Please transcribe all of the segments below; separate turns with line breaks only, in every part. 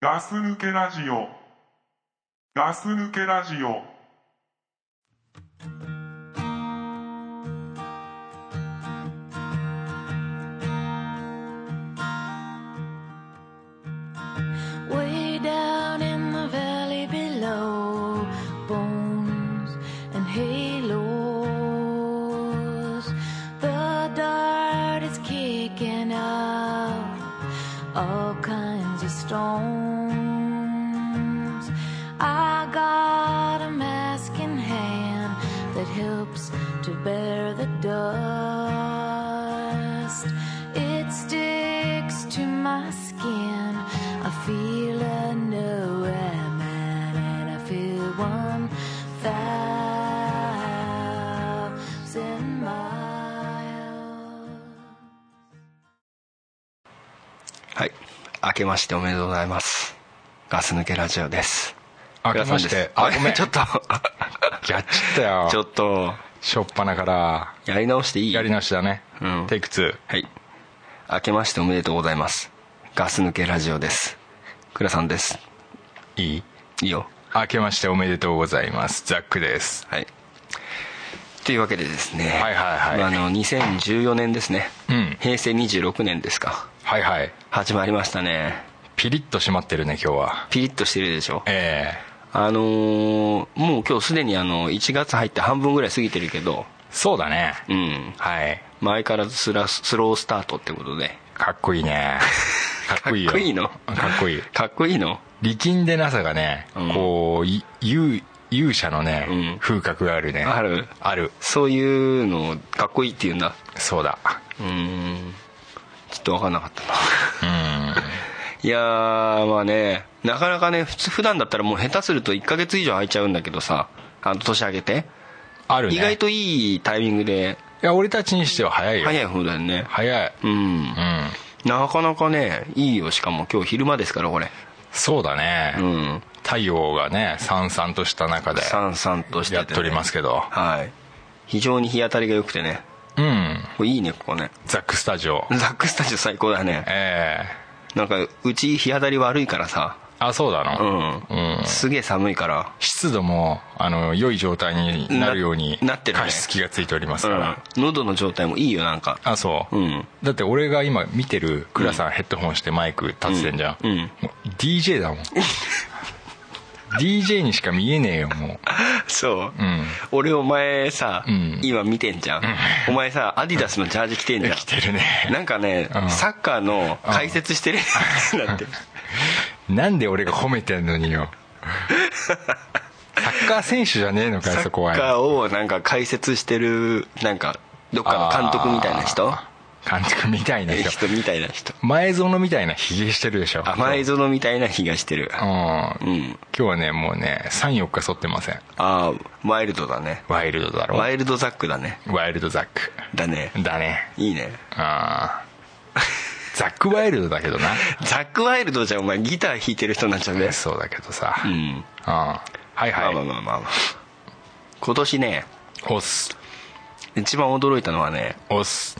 ガス抜けラジオ。ガス抜けラジオ。
Way down in the valley below, bones and halos. The dirt is kicking out all kinds of stones. I got a mask in hand that helps to bear the dust. It sticks to my skin. I feel a new man and I feel one thousand miles.
はい。明けましておめでとうございます。ガス抜けラジオです。
明けまして
あ、
あ
ご
ご
め
め
ん、
ん
ちょっ と、
やっちゃったよ
ちょっと、
しょっぱなから
やり直していい
やり直しだね、
うん
テイク2
はい。明けましておめでとうございます。ガス抜けラジオです。倉さんです。
いい
いいよ。
明けましておめでとうございますザックです
はい。というわけでですね。
はいはいはい
あの、2014年ですね。
うん
平成26年ですか。
はいはい
始まりましたね。
ピリッと締まってるね今日は
ピリッとしてるでしょ。
え
あのーもう今日すでにあの、1月入って半分ぐらい過ぎてるけど、
えそうだね
うん。
はい
まあ相変わらずスラスロースタートってことで
かっこい いねかっこいいよ
かっこいいの
かっこいい
かっこいいの
力んでなさがね、
うん
こうい勇勇者のね、
うん
風格があるね
ある
ある
そういうのをかっこいいって言うんだ
そうだ
うーんちょっと分かんなかったな
うん
いやーまあねなかなかね普通普段だったらもう下手すると1ヶ月以上空いちゃうんだけどさあの年明けて、
あるね
意外といいタイミングで
いや俺たちにしては早いよ
早い方だよね
早い
うん
うん
なかなかねいいよしかも今日昼間ですからこれ
そうだね、
うん
太陽がねさんさんとした中で
さんさんとしてて、
やっておりますけど
はい非常に日当たりが良くてね
うん
これいいねここね
ザックスタジオ
ザックスタジオ最高だね
え
なんかうち日当たり悪いからさ
えあそうな
う
の、
ん、
うん
すげえ寒いから
湿度もあの良い状態になるように
ななってるね
加湿器がついております
う
から、
ん喉の状態もいいよなんか
あそう、
うん
だって俺が今見てる倉さん、ヘッドホンしてマイク立ってんじゃん、
うんうん
もう DJ だもん DJ にしか見えねえよも
そう、
ううん
俺お前さ、
うん
今見てんじゃん、お前さアディダスのジャージ着てんじゃん
来てるね
なんかね、
うん
サッカーの解説してるんだって、
なんで俺が褒めてんのによサッカー選手じゃねえのかよ
サ
そこは
ッカーをなんか解説してるなんかどっかの監督みたいな人
あー監督みたいな人
人みたいな人
前園みたいなヒゲしてるでしょ
甘い園みたいな気がしてる
うん
う
今
ん
日はねもうね34日剃ってません
ああワイルドだね
ワイルドだろ
ワイルドザックだね
ワイルドザック
だね
だね
いいね
あーザックワイルドだけどな
ザック・ワイルドじゃんお前ギター弾いてる人になっちゃうね
そうだけどさ
う
うん
んまあ
はい
ま
は
あ
い
まあまあまあ今年ね
押す
一番驚いたのはね
押す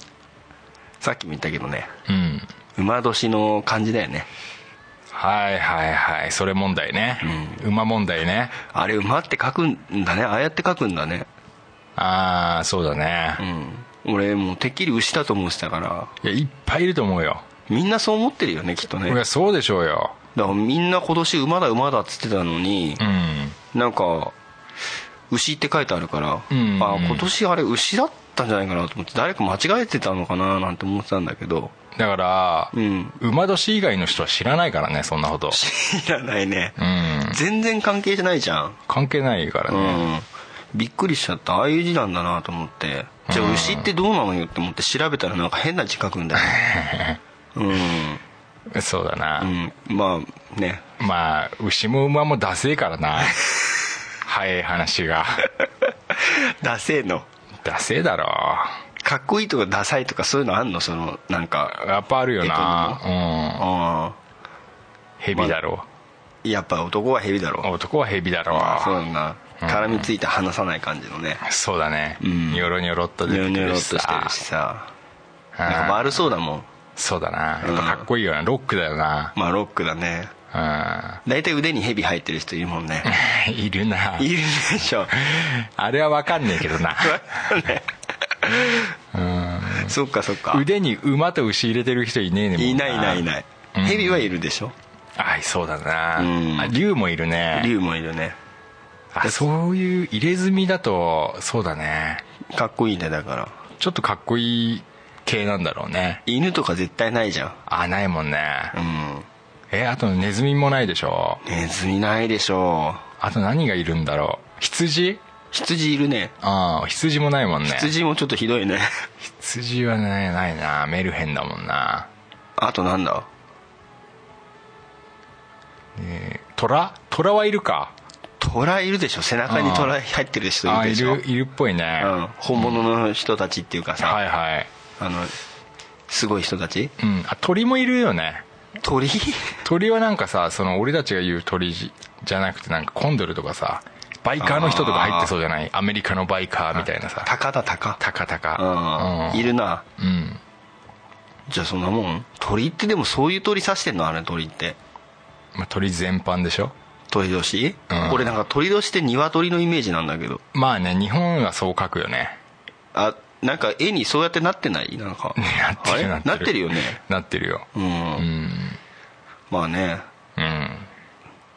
さっきも言ったけどね
うん
馬年の感じだよね
はいはいはいそれ問題ね馬問題ね
あれ馬って書くんだねああやって書くんだね
ああそうだね
うん俺もうてっきり牛だと思ってたから
いやいっぱいいると思うよ
みんなそう思ってるよねきっとね
いや
だか
そうでしょうよ
らみんな今年馬だ馬だっつってたのに
うん
なんか牛って書いてあるから、
うん
あ今年あれ牛だったんじゃないかなと思って誰か間違えてたのかななんて思ってたんだけど
だから、
うん
馬年以外の人は知らないからねそんなこと
知らないね、
うん
全然関係じゃないじゃん、
関係ないから
う
ね、
ん、びっくりしちゃったああいう字なんだなと思ってじゃあ牛ってどうなのよって思って調べたらなんか変な字書くんだよ ね
そうだな、
うん、うん、まあね
まあ牛も馬もダセえからな早い話が
ダセーの
ダセえだろ
かっこいいとかダサいとかそういうのあんのそのなんか
やっぱあるよ
えっと
な、うん
あ
ヘビだろ、
あやっぱ男は蛇だろ
男はヘビだろ、
あそうだな
うん
絡みついて離さない感じのね
そうだね、
うん
ニョロニョロっと
ニ
出
ョロ
て
ニ
く
ョロ
る
っ
し
として
さ
るしさ
うん
なんか悪そうだもん
そうだなやっぱかっこいいよなロックだよな
まあロックだね
あ
大体腕にヘビ生えてる人いるもんね
ー いるない
るでしょ
あれは分かんねえけ どな
そっかそっか
腕に馬と牛入れてる人いねえねもん
いないいないいない
うん
ヘビはいるでしょ
あいそうだな、
うん
あ竜もいるね
竜もいるね
あそういう入れ墨だとそうだね
かっこいいねだから
ちょっとかっこいい系なんだろうね
犬とか絶対ないじゃ
あないもんね、
んうん
えあとネズミもないでしょ
ネズミないでしょ
あと何がいるんだろう羊
羊いるね
ああ羊もないもんね
羊もちょっとひどい ね
羊はねないなメルヘンだもんな
あとなんだ
虎虎はいるか
虎いるでしょ背中に虎入ってる人い
あ
るで
い
しょ
るいるっぽいね、
うん、本物の人たちっていうかさ、
はいはい、
あのすごい人たち
うん、あ鳥もいるよね
鳥
鳥はなんかさその俺たちが言う鳥じゃなくてなんかコンドルとかさバイカーの人とか入ってそうじゃないアメリカのバイカーみたいなさ
鷹だ鷹
タカタ
うん
カ
いるな
うん
じゃあそんなもん鳥ってでもそういう鳥刺してんのあれ鳥って
まあ鳥全般でしょ
鳥年、
うん
俺なんか鳥年って鶏のイメージなんだけど
まあね日本はそう書くよね
あなんか絵にそうやってなってないなんか
なってる
あれ
なってる
なってるよね
なってるよ
うん、まあね
うん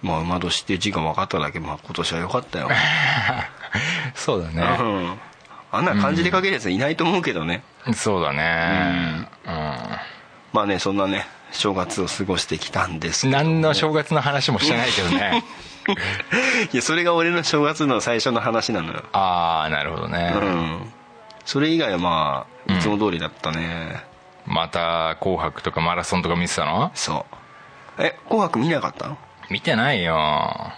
まあ馬年っていう字が分かっただけ、まあ、今年は良か ったよ、
そうだ
う
ね
ん、あんな漢字で書けるやついないと思うけどね、
そうだね
まあねそんなね正月を過ごしてきたんです
うん
けど
何の正月の話もしてないけど ね
いやそれが俺の正月の最初の話なのよ
ああなるほどね
うんそれ以外はまあいつも通りだったね、
また「紅白」とかマラソンとか見てたの
そうえ紅白見なかったの
見てな いよ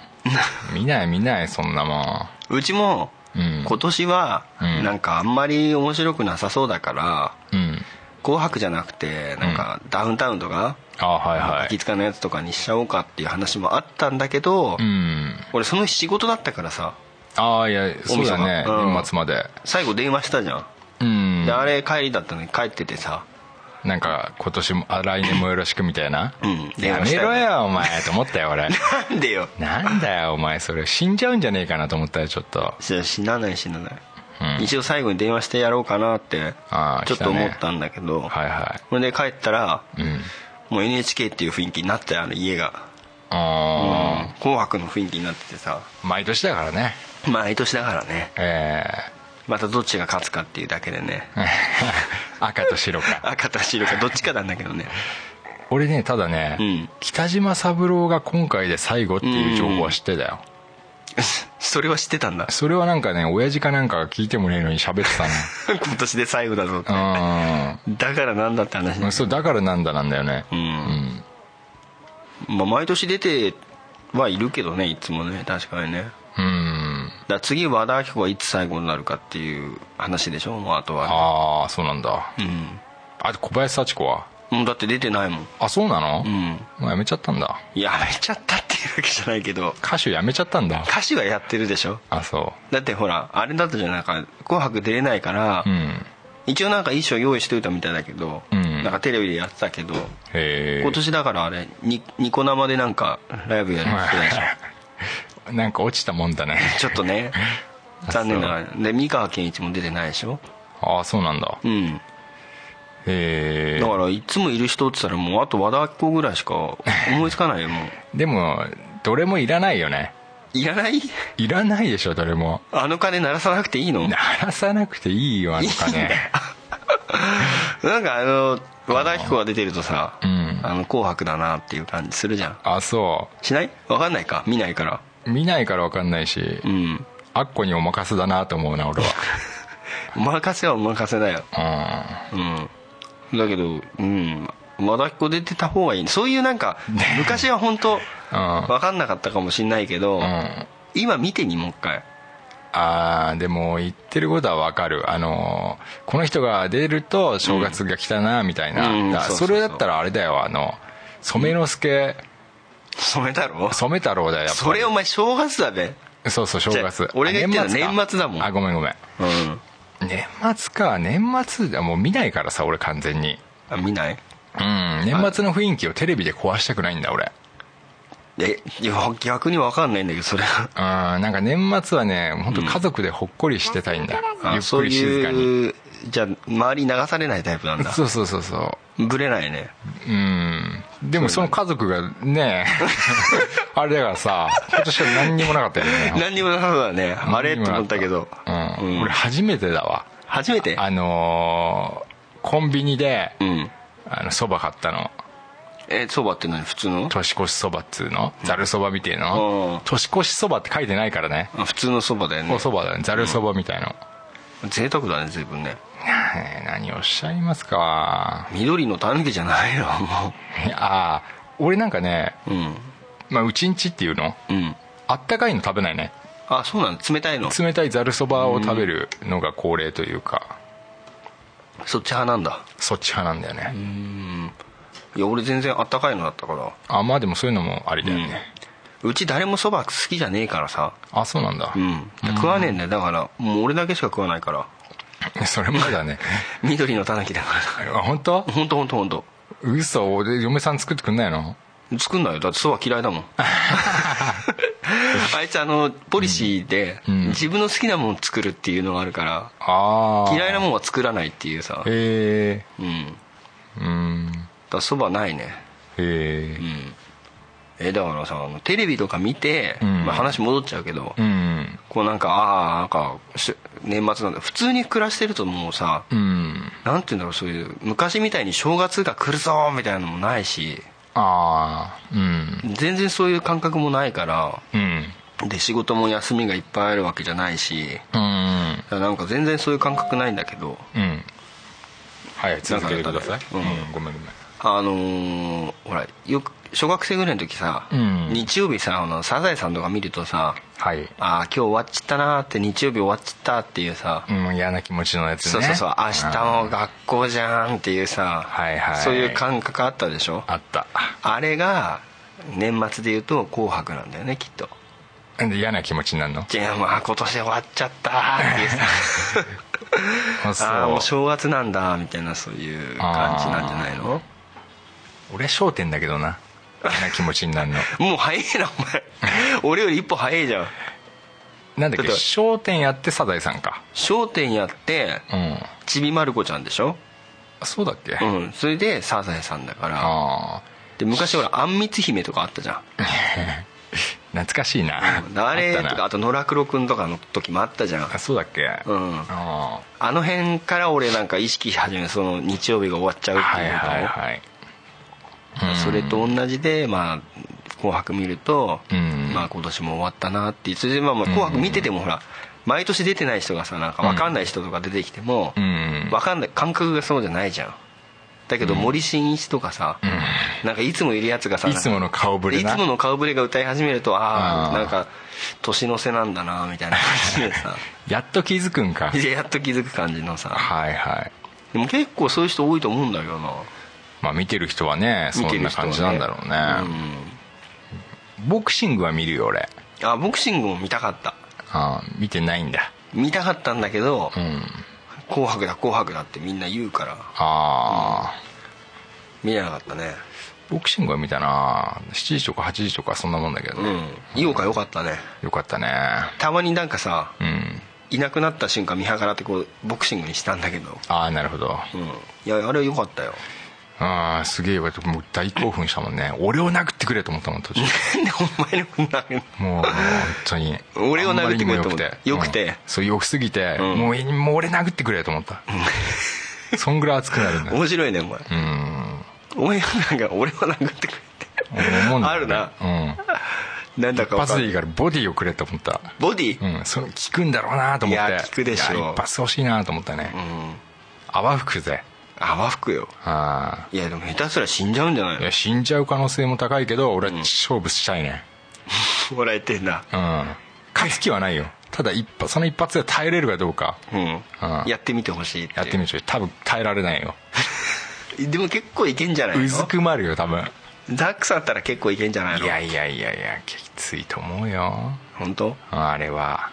見ない見ないそんなも
うちも
うん
今年は
うん
なんかあんまり面白くなさそうだから
んうん
「紅白」じゃなくてなんかダウンタウンとか
あはいは
気
い
付かのやつとかにしちゃおうかっていう話もあったんだけど、
うん
俺その日仕事だったからさ
ああいやそうだね
お店が
年末まで
最後電話したじゃん、
うん
であれ帰りだったのに帰っててさ
なんか今年もあ来年もよろしくみたいな
うん電
や
話し
め
たよ
ろ
ね
よお前と思ったよ 俺
なんでよ
なんだよお前それ死んじゃうんじゃねえかなと思ったよちょっと
いや死なない死なない、
うん
一応最後に電話してやろうかなって
あー
ちょっ
来
と
たね
思ったんだけど、
はいは
それで帰ったら、
いうん
もう NHK っていう雰囲気になってあの家が
あ
「紅白」の雰囲気になっててさ
あ毎年だからね
毎年だからね
え
またどっちが勝つかっていうだけで ね
え 赤と白か
赤と白かどっちかなんだけどね
俺ねただね、
うん
北島三郎が今回で最後っていう情報は知ってたよ、
それは知ってたんだ
それはなんかね親父かなんかが聞いてもねえのに喋ってた
今年で最後だぞ
の
だからなんだって話
う
だ
んそうだからなんだなんだよね
うん、まあ、毎年出てはいるけどねいつもね確かにね
うん
だから次和田アキ子はいつ最後になるかっていう話でしょもうあとは
ああそうなんだ
うん
あと小林幸子は
もうだって出てないもん
あそうなの、
うん
もうやめちゃったんだ
やめちゃったっていうわけじゃないけど
歌手やめちゃったんだ
歌手はやってるでしょ
あそ
だってほらあれだったじゃんないか「紅白」出れないから、
ううん
一応なんか衣装用意しておいたみたいだけど、
うん
なんかテレビでやってたけど
へ
今年だからあれにニコ生でなんかライブやるってたでしょ
えなんか落ちたもんだね
ちょっとね残念ながらで三河健一も出てないでしょ
ああそうなんだ
うん
へ
だ
え
からいつもいる人って言ったらもうあと和田アキ子ぐらいしか思いつかないよも
でもどれもいらないよね
ういらない
いらないでしょどれも
あの金鳴らさなくていいの
鳴らさなくていいよあの金
なんかあの和田アキ子が出てるとさ「
うん
あの紅白」だなっていう感じするじゃん
あそ
しないわかんないか見ないから
う見ないから分かんないし
うん
あっこにお任せだなと思うな俺
お任せはお任せだよ
は
うんだけどうん和田アキ子出てた方がいいそういうなんか昔は本当
うん
わかんなかったかもしんないけど、
うんうん
今見てにもう一回
あーでも言ってることは分かるあのーこの人が出ると正月が来たなみたいな、
うん
だから
うん
それだったらあれだよあの染之助
それだろ
染太郎だよやっぱり
それお前正月だべ
そうそう正
じゃ
月
あ俺が言ってるの
か
年末だもん
あごめんごめん
うん
年末か年末だもう見ないからさ俺完全に
あ見ない
うん年末の雰囲気をテレビで壊したくないんだ俺
えいや逆に分かんないんだけどそれは
うんなんか年末はね本当家族でほっこりしてたいんだ、
あ
ゆっ
そ
く
う
り静かに
いうじゃあ周りに流されないタイプなんだ
そうそうそうそう
ぶれないね
うんでもその家族が ねあれだからさ今年は何にもなかったよね
何にもなさそうだねあれ
何にも
と
なか
思ったけど、
うん
うん
俺初めてだわ
初めて
あのーコンビニで
うん
あのそば買ったの
えそばって何普通の
年越しそばっつうのざるそばみてえ
うん
の年越しそばって書いてないからね
あ普通のそばだよね
おそばだねざるそばみたいの、
贅沢だね随分ね
ねえ何をおっしゃいますか
緑のたぬきじゃないよ も
いや あー俺なんかね、
ううん
まあ、うちんちっていうの
うん
あったかいの食べないね
あそうなの冷たいの
冷たいざるそばを食べるのが恒例というか
そっち派なんだ
そっち派なんだよね
いや俺全然あったかいのだったから
あまあでもそういうのもありだよね、
うち誰もそば好きじゃねえからさ
あそうなんだ、
うん食わねえんだよだからもう俺だけしか食わないから
それまだね
緑のたぬきだか
あ本当
ら 本当本当本当
嘘俺嫁さん作ってくんないの
作んないよだってそば嫌いだ もんあいつあのポリシーで
うん
自分の好きなもの作るっていうのがあるから
ああ
嫌いな
もん
もんは作らないっていうさ
へ
うんだか
えうん
らそばないね
へえ
えだからさあのテレビとか見て、
うん
まあ、話戻っちゃうけど、
うん
こうなんかああなんかし年末なんだ普通に暮らしてるともうさ、
うん
なんていうんだろうそういう昔みたいに正月が来るぞーみたいなのもないし
ああうん
全然そういう感覚もないから
うん
で仕事も休みがいっぱいあるわけじゃないし
うん
だからなんか全然そういう感覚ないんだけど
うんはい続けてください、
なんか言ったねうん
ごめんごめん
あのーほらよく小学生ぐらいの時さ、
うん
日曜日さあのサザエさんとか見るとさ
はい
ああ今日終わっちったなーって日曜日終わっちったっていうさ、
うん嫌な気持ちのやつね
そうそうそう明日も学校じゃんっていうさ、
はいはい
そういう感覚あったでしょ
あった
あれが年末で言うと「紅白」なんだよねきっと
なんで嫌な気持ちになるの
「じゃあまあ今年終わっちゃった」っていうさ
あ そ う
ああもう正月なんだみたいなそういう感じなんじゃないの
俺は焦点だけどな嫌な気持ちにな るの
もう早いなお前俺より一歩早いじゃん
なんだっけ
ちょっと
焦点やってサザエさんか
『笑点』やって
うん
ちびまる子ちゃんでしょ
あそうだっけ、
う
あ
んそれでサザエさんだから
あ
で昔ほらあんみつ姫とかあったじゃん
懐かしいな
あれと
った
か
な
あと野良黒くんとかの時もあったじゃん
あそうだっけ
うん
あ
あの辺から俺なんか意識し始めその日曜日が終わっちゃう
あ
っ
は
て
い
いうこと、
はいはい
それと同じでまあ「紅白」見ると、
うん
まあ今年も終わったなっていうそれでまあまあ「紅白」見ててもほら毎年出てない人がさなんか分かんない人とか出てきても、
うん
分かんない感覚がそうじゃないじゃんだけど森進一とかさ、なんかいつもいるやつがさ
いつもの顔ぶれ
い
な
つもの顔ぶれが歌い始めるとあ
あ
あ
ー
なんか年の瀬なんだなみたいな感じで さ
やっと気づくんか
いややっと気づく感じのさ
はいはい
でも結構そういう人多いと思うんだけどな
まあ見てる人はねそ
見て
ん
る
な
人は
感
ね
じなんだろうねボクシングは見るよ俺
うんあボクシングも見たかった
ああ見てないんだ
見たかったんだけど
うん
「紅白だ紅白だ」ってみんな言うから
ああ
見れなかったね
ボクシングは見たな7時とか8時とかそんなもんだけど
う
ね、
ん井岡よかったね
よかったね
たまになんかさ
うん
いなくなった瞬間見計らってこうボクシングにしたんだけど
ああなるほど
うんいやあれはよかったよ
ああすげえよかったもう大興奮したもんね俺を殴ってくれと思ったもん 途中
なんでお前のこんなの
もうもう本当に
俺を殴ってくれと思っ
あんまりにも
たよくて
うんそうよくすぎて、
うん
もういもう俺殴ってくれと思ったそんぐらい熱く なるんだ
面白いねお前
うん
お前なんか俺を殴って くれって
思うんだ
あるな
うん
なんだか
一
わかん
発で
ない
いからボディをくれと思った
ボディ
うんその効くんだろうなと思って
いや効くでしょう
いや一発欲しいなと思ったね、
うん
泡吹くぜ
泡吹くよ
あ
いやでも下手すら死んじゃうんじゃない
あい
の
や死んじゃう可能性も高いけど俺は勝負したいね
もらえてんだ
うん勝つ気はないよただ一発その一発で耐えれるかどうか
うん
うん
やってみてほしいって
やってみて多分耐えられないよ
でも結構いけんじゃないうの
ずくまるよ多分
ザックさんだったら結構いけんじゃない
い
の
やいやいやいやきついと思うよ
本当
あれは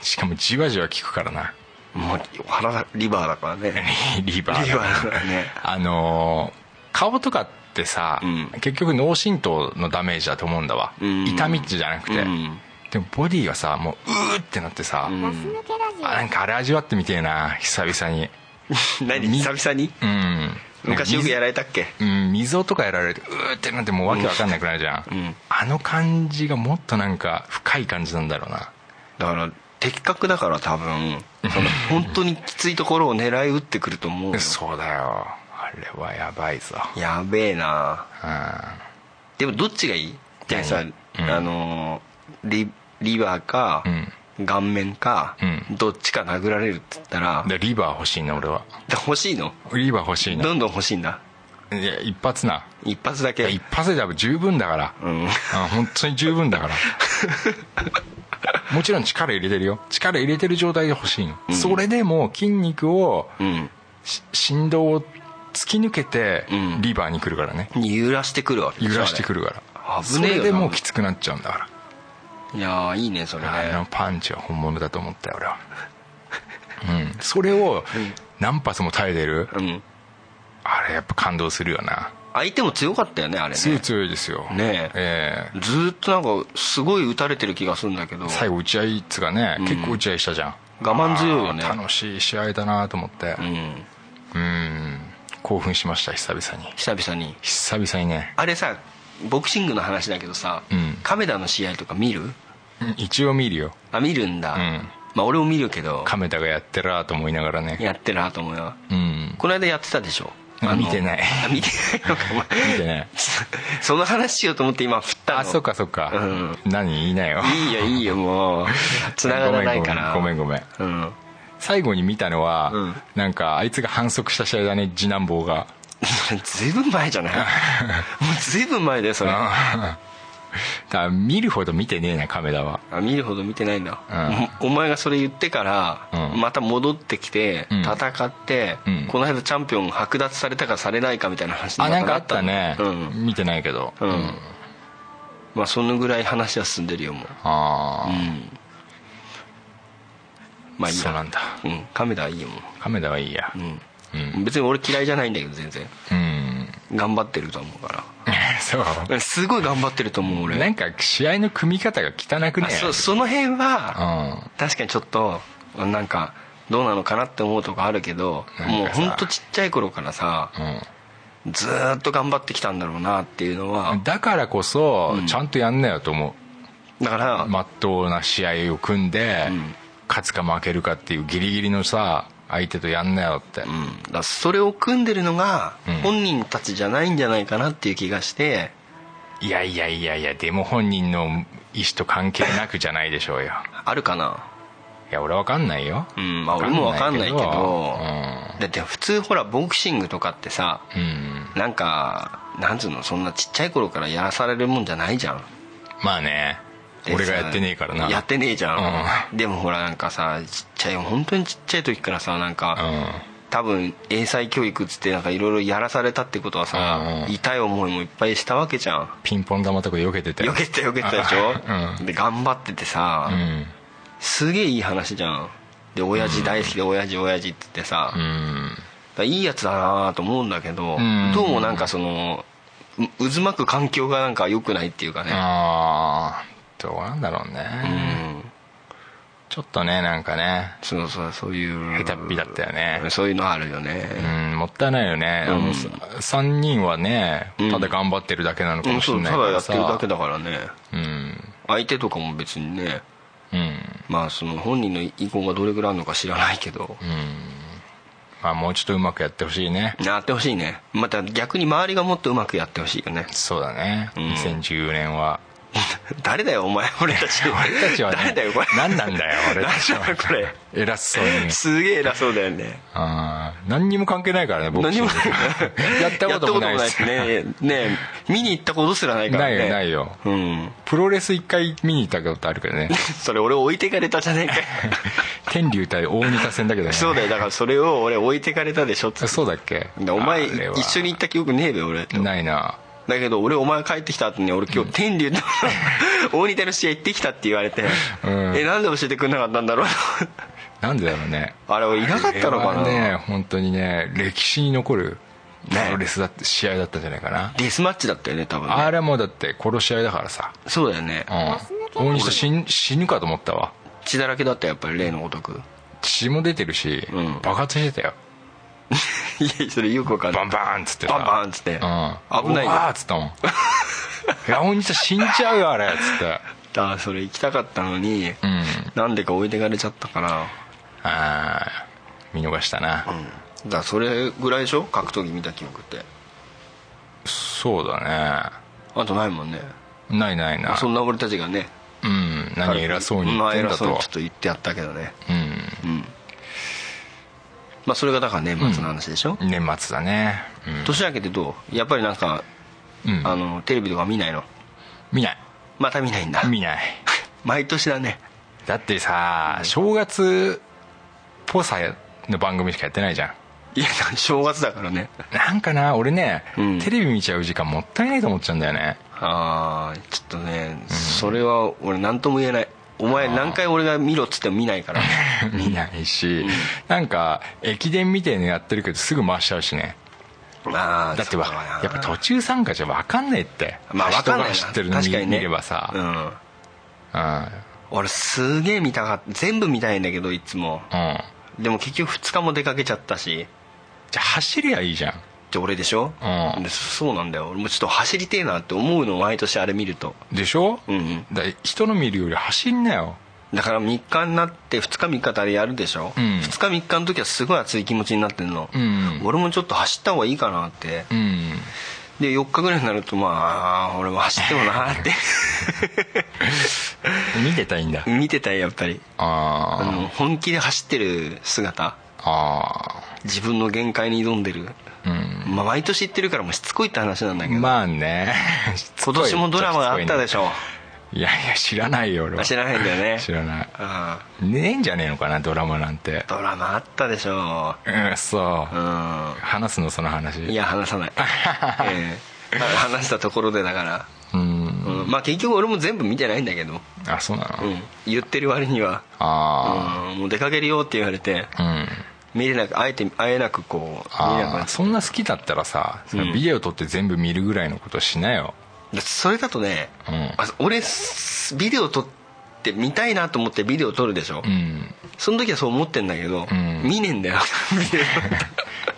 しかもじわじわ効くからな
もう腹がリバーだからね
リバー
リバーだからね
あのー顔とかってさ、
うん
結局脳震盪のダメージだと思うんだわ、
うん
痛みじゃなくて、
うん
でもボディはさもううーってなってさ、あなんかあれ味わってみてえな久々に
何久々に
うん
昔よくやられたっけ
うん、溝とかやられてうーってなってもうわけわかんなくなるじゃん、
うん
あの感じがもっとなんか深い感じなんだろうな
だから的確だから多分その本当にきついところを狙い撃ってくると思うよ
そうだよあれはやばいぞ
やべえな
う
でもどっちがいいってさ、
うん
あのーリリバーか、顔面か、
うん
どっちか殴られるって言ったら
んでリバー欲しいな俺は
欲しいの
リバー欲しいな
どんどん欲しいんだ
いや一発な
一発だ
い
け
や一発で多分十分だから
うん
あ本当に十分だからもちろん力入れてるよ力入れてる状態で欲しいの、
ん
それでも筋肉を、
うん
し振動を突き抜けて
うん
リバーに来るからね、
揺らしてくるわけでしょ
揺らしてくる
あ
から
れ
そ
危ねえよな
れでもうきつくなっちゃうんだか
あれいやーいいねそれね
ら、あのパンチは本物だと思ったよ俺 はうんそれを何発も耐えてる
うん
あれやっぱ感動するよな
相手も強かったよねあれね
強い強いですよ
ね
ええ
ずーっとなんかすごい打たれてる気がするんだけど
最後打ち合いっつうかね、結構打ち合いしたじゃん
我慢強いよね
あー楽しい試合だなと思って
うん
うん興奮しました久々に
久々に
久々にね
あれさボクシングの話だけどさ、
うん
亀田の試合とか見る
一応見るよ
あ見るんだ、
ん
まあ俺も見るけど
亀田がやってらーと思いながらね
やってるなと思うよ
うん
この間やってたでしょ
あ
の
見てない
あ見てないのかお前
見てない
その話しようと思って今振ったの
あそっかそっか、何言いなよ
いいよいいよもう繋がらないから
ごめんごめんごめん
うん
最後に見たのは、
うん
なんかあいつが反則した試合だね次男坊が
それずいぶん前じゃない もうずいぶん前だよそれあ
だから見るほど見てねえな亀田は
見るほど見てないんだ、
う
おお前がそれ言ってから、
うん
また戻ってきて
うん
戦って、
うん
この間チャンピオン剥奪されたかされないかみたいな話に
あ
ま
なんかあった
の
ね、
うん、
見てないけど、
うんまあそのぐらい話は進んでるよもう
ああ、
まあいい
そうな
や
んだ
うん亀田はいいよもう
亀田はいいや
うん
うん、
別に俺嫌いじゃないんだけど全然
うん
頑張ってると思うか
そう
らすごい頑張ってると思う俺
なんか試合の組み方が汚くね
あそその辺は
う
確かにちょっとなんかどうなのかなって思うとこあるけど
なんかさ
もうほんとちっちゃい頃からさ
ん、うん
ずーっと頑張ってきたんだろうなっていうのは
だからこそちゃんとやんなよと思
だから
うまっとうな試合を組んで、
うん
勝つか負けるかっていうギリギリのさ相手とやんなよって、
うん、だからそれを組んでるのが
うん
本人たちじゃないんじゃないかなっていう気がして
いやいやいやいやでも本人の意思と関係なくじゃないでしょうよ
あるかな、
いや俺わかんないよ
うんまあ、俺も分かんないけど
わ
だって普通ほらボクシングとかってさ
うん、うん、
なんかなんつうのそんなちっちゃい頃からやらされるもんじゃないじゃん
まあね
で
俺がやってねえからな
やってねえじゃん、でもほらなんかさちっちゃい本当にちっちゃい時からさなん
うん
か、多分英才教育っつってなんかいろいろやらされたってことはさ、
うんうん
痛い思いもいっぱいしたわけじゃん
ピンポン玉とか避けてて
よけてよけたでし
あ
ょ、
うん
で頑張っててさ、
うん
すげえいい話じゃんで親父大好きで親父親父って言ってさ、だ
う
か
ん
らいいやつだなと思うんだけど、
ん
どうもなんかそのう渦巻く環境がなんか良くないっていうかね、
ああどうなんだろうね、
うん
ちょっとねなんかね
そうそうそういう
下手っぴだったよね
そういうのあるよね
うんもったいないよね、あ
う
の
ん
さ3人はね
うん
ただ頑張ってるだけなのか
うん
もし
そ
れ
う
ない
た
か
だや
ら
っ
さ
てるだけだからね
うん
相手とかも別にね
うん
まあその本人の意向がどれぐらいあるのか知らないけど、
まあもうちょっとうまくやってほしいね
やってほしいねまた逆に周りがもっとうまくやってほしいよね
そうだね、
ん
2014年は
誰だよお前俺たち
俺 たちはね
誰だよ これ
何なんだよ俺たちは
誰だよこれ
偉そうに
すげえ偉そうだよね
あー何にも関係ないからね僕
何も
やったこともないし
やったこともないしねね見に行ったことすらないから
な
ね
いよないよ
うん
プロレス一回見に行ったことあるけどね
それ俺置いてかれたじゃねえかよ
天竜対大仁田戦 だけどね
そうだよだからそれを俺置いてかれたでしょっつって
そうだっけ
でお前
あれは
一緒に行った記憶ねえべ俺だ
ないな
けど俺お前帰ってきた後に俺今日天竜と大仁田の試合行ってきたって言われて、
ん
えなんで教えてくれなかったんだろう
なんでだろうね
あれ俺いなかったのかな
あれはね本当にね歴史に残る
ね
プロレスだって試合だったんじゃないかな
デスマッチだったよね多分ね
あれはもうだって殺し合いだからさ
そうだよね
うん大西死ん死ぬかと思ったわ
血だらけだったよやっぱり例のごと く
血も出てるし、
うん
爆発してたよ
いやそれよくわかんな
バ
い
ンバーンっつってさ
バンバンっつって
うん、
危ないうよ
わーっ つったもんいや大西死んじゃうよあれっつって
あそれ行きたかったのに、
うん
なんでか置いてかれちゃったから
ああ見逃したな、
だからそれぐらいでしょ格闘技見た記憶って
そうだ
あとないもんね
ねないないない
そんな俺たちがね
うん何偉そうに言
ま
っ
あ
てん
偉
だ
そうに
と
ちょっと言ってやったけどね
うん
まあそれがだから年末の話でしょ、
年末だねうん
年明けてどうやっぱりなんか、
うん
あのテレビとか見ないの
見ない
また見ないんだ
見ない
毎年だね
だってさ正月っぽさの番組しかやってないじゃん
いや正月だからね
なんかな俺ね、
うん
テレビ見ちゃう時間もったいないと思っちゃうんだよね
ああちょっとね、それは俺何とも言えないお前何回俺が見ろっつっても見ないから
見ないし、なんか駅伝みたいにやってるけどすぐ回しちゃうしね
ああ
だってわ
そうだな
やっぱ途中参加じゃ分かんないって、
まあ分かんないな
人が知ってるの
確か
見,、
にね
見ればさ、
う
うん
ん
うん
俺すげえ見たかった全部見たいんだけどいつもでも結局2日も出かけちゃったし
じゃあ走りゃいいじゃん
じゃ俺でしょ、
うん
でそうなんだよ俺もちょっと走りてえなって思うの毎年あれ見ると
でしょ、
うんうん
だ人の見るより走んなよ
だから3日になって2日3日ってあれやるでしょ、
う
うん2日3日の時はすごい熱い気持ちになってんの、
うん
俺もちょっと走った方がいいかなって、
うん
で4日ぐらいになるとまあ俺も走ってもな ーって
見てたいんだ
見てたよやっぱり
あ
あ
ー
の本気で走ってる姿
あ
自分の限界に挑んでる、
ー
まあ、毎年言ってるからもうしつこいって話なんだ
う
けど、
んまあね
今年もドラマがあったでし
ょ
ょ
いやいや知らないよ俺は
知らないんだよね
知らない
あ
ねえんじゃねえのかなドラマなんて
ドラマあったでしょ、
うんそう
うん
話すのその話
いや話さ ない、ええまあ話したところでだから、
うん
うんまあ結局俺も全部見てないんだけど、
あそうなの、
うん言ってる割には、
あ
うんもう出かけるよって言われて
あうん
見れなくあえて会えなくこう見れなくな
あ
っち
ー
ゃ
そんな好きだったらさ、そのビデオ撮って全部見るぐらいのことしなよ
うだってそれだとね、
うん
あ俺すビデオ撮って見たいなと思ってビデオ撮るでしょ、
うん
その時はそう思ってんだけど、
ん
見ねえんだよ ビデオ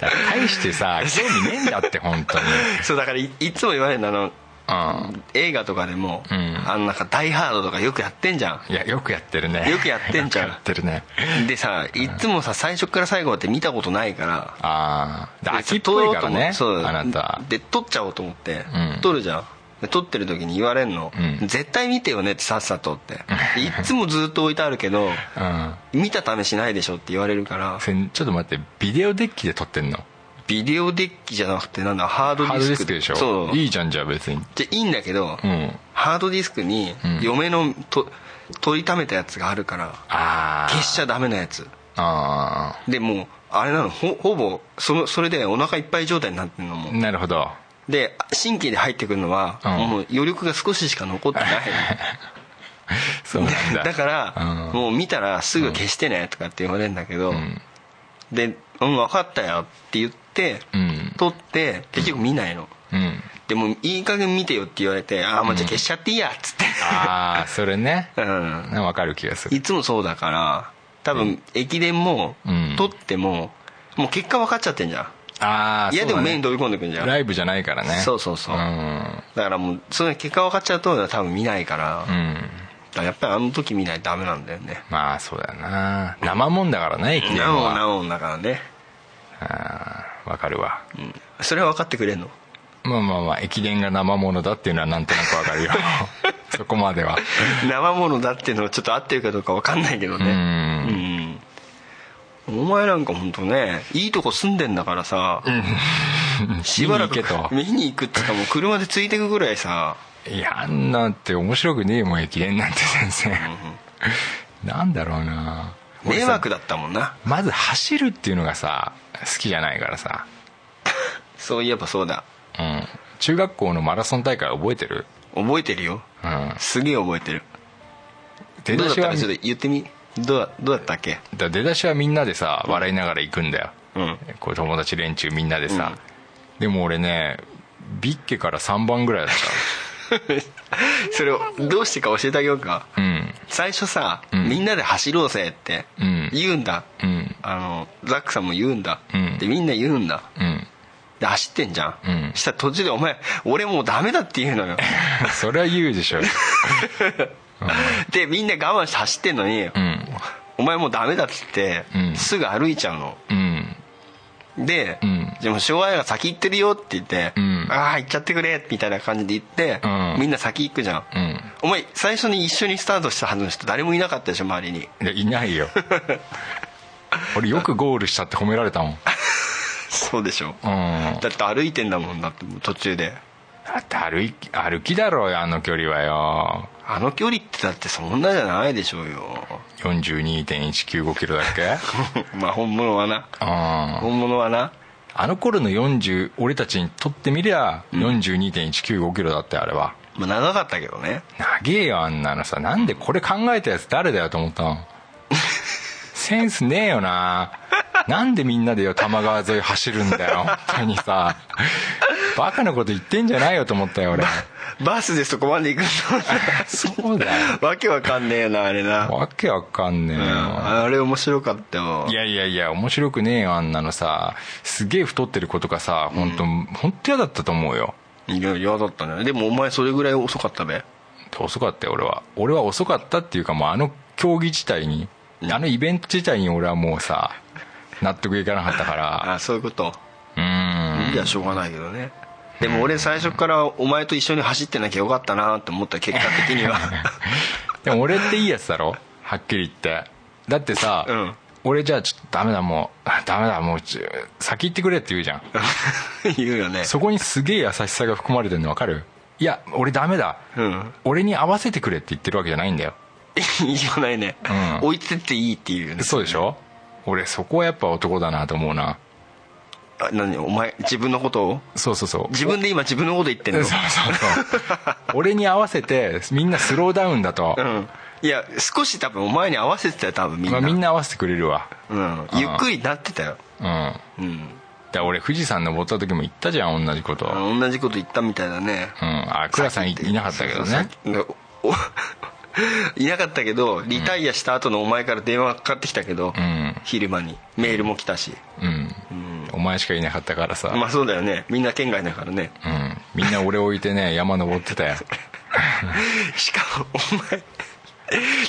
だから大し てさ興味ねえんだって本当に
そうだからいいつも言われるのあの
うん
映画とかでも、
うん
あのなんか「ダイ・ハード」とかよくやってんじゃん
いやよくやってるね
よくやってんじゃん
よくやってるね
でさいつもさ最初から最後まで見たことないから
ああ
で
秋っぽいか
撮ろ
らね
うと思ってそう
あなた
で撮っちゃおうと思って、
うん
撮るじゃんで撮ってる時に言われんの、
うん
絶対見てよねってさっさとってでいつもずっと置いてあるけど
うん
見た試しないでしょって言われるから
それちょっと待ってビデオデッキで撮ってんの
ビデオデッキじゃなくてなんだハードデ
ハー
ィ
ド
スク
ディスクでしょ
そう
いいじゃんじゃあ別に
でいいんだけど、
うん
ハードディスクに
うん
嫁のと取りためたやつがあるから
ああ
消しちゃダメなやつ
あ
でもうあれなのほほぼそのそれでお腹いっぱい状態になってるのも
あなるほど
で神経で入ってくるのは、
うん
もう余力が少ししか残ってない
そうなんだ
だから、
うん
もう見たらすぐ消してねとかって言われるんだけど、
ん
で「うん分かったよ」って言って、
うん
撮って結局見ないの、
うん
でもいい加減見てよって言われて「ああもうじゃあ消しちゃっていいや」っつって
あ あそれね
うん
わかる気がする
いつもそうだから多分駅伝も
うん
撮っても、もう結果分かっちゃってんじゃん
ああ
いやでも目に
ド
飛び込んでくんじゃん
ライブじゃないからね
そうそうそう
うん
だからもうそれ結果分かっちゃうと多分見ないから,、だ
う
か
ん
らやっぱりあの時見ないとダメなんだよね
まあそうだよな生もんだからね駅伝
なお
は
なおだからね、
あーわかるわ
うん、それは分かってくれんの
まあまあまあ駅伝が生ものだっていうのはなんとなくわか るよそこまでは
生ものだっていうのはちょっと合ってるかどうか分かんないけど
う
ね
ん
うんお前なんか本当ねいいとこ住んでんだからさ、 しばらく
見に行けと
見に行くっつうかもう車でついてくぐらいさ
いやあんなんて面白くねえもん駅伝なんて全然なんだろうな
迷惑だったもんな
まず走るっていうのがさ好きじゃないからさ
そういえばそうだ
うん中学校のマラソン大会覚えてる
覚えてるよ
うん
すげえ覚えてる
出
どうだっ
だしたは
かちょっと言ってみどうどうだったっけ
だ出だしはみんなでさ笑いながら行くんだよ、
うん
こう友達連中みんなでさ、でも俺ねビッケから3番ぐらいだっ
それをどうしてか教えてあげようか
たうん
最初さ、
ん
みんなで走ろうぜって
うん
言うんだ、
うん
あのザックさんも言うんだ、
うん
でみんな言うんだ
うん
で走ってんじゃん、
うん
したら途中で「お前俺もうダメだ」って言うのよ
それは言うでしょ
でみんな我慢して走ってんのに、
うん
お前もうダメだ」っつって、
うん
すぐ歩いちゃうの
うん
で、
うん
じゃあもう昭和が先行ってるよって言って「
うん
ああ行っちゃってくれ」みたいな感じで行って、
うん
みんな先行くじゃん、
うん
お前最初に一緒にスタートしたはずの人誰もいなかったでしょ周りに
いやいないよ俺よくゴールしたって褒められたもんうん
そうでしょ、
だ
だって歩いてんだもんだってもう途中で
って歩い歩きだろうよあの距離はよ
あの距離ってだってそんなじゃないでしょうよ
42.195キロだっけ
まあ本物はな
うんあ
本物はな
の頃の40俺たちにとってみりゃ42.195キロだってあれは
まあ長かったけどね
長えよあんなのさなんでこれ考えたやつ誰だよと思ったのセンスねえよななんでみんなでよ多摩川沿い走るんだよ本当にさバカなこと言ってんじゃないよと思ったよ俺
バスでそこまで行く
そうだよ
の わけわかんねえなあれな、
わけわかんねえ
うん、
よ、
あれ面白かったよ
いやいやいや面白くねえよあんなのさすげえ太ってる子とかさ本当、本当嫌だったと思うよ
いや嫌だったねでもお前それぐらい遅かったべ
遅かったよ俺は俺は遅かったっていうかもうあの競技自体にあのイベント自体に俺はもうさ納得いかなかったから
あそういうこと
うーん
いやしょうがないけどねでも俺最初からお前と一緒に走ってなきゃよかったなって思った結果的 には
でも俺っていいやつだろはっきり言ってだってさ、
うん
俺じゃあちょっとダメだもう あダメだもうち先行ってくれって言うじゃん
言うよね
そこにすげえ優しさが含まれてるの分かるいや俺ダメだ、
うん
俺に合わせてくれって言ってるわけじゃないんだよ
言わないね、
うん
置いてっていいっていうよね
そうでしょ俺そこはやっぱ男だなと思うな
あ何お前自分のことを
そうそうそう
自分で今自分のこと言ってん
そ
の
うそうそう俺に合わせてみんなスローダウンだと、
うんいや少し多分お前に合わせてたよ多分みん
ま
な,、
あ、みんな合わせてくれるわ
うん、ゆっくりになってたよ
うんだか
うん
ら俺富士山登った時も言ったじゃん同じこと
あ
うん
の同じこと言ったみたいだね
あ倉さんいいなかったけどね
そうそうそうおいなかったけどリタイアした後のお前から電話がかかってきたけど、
ん
昼間にメールも来たし、
うん、お前しかいなかったからさ、
まあそうだよねみんな県外だからね
うん、みんな俺置いてね 山登ってたよ
しかもお前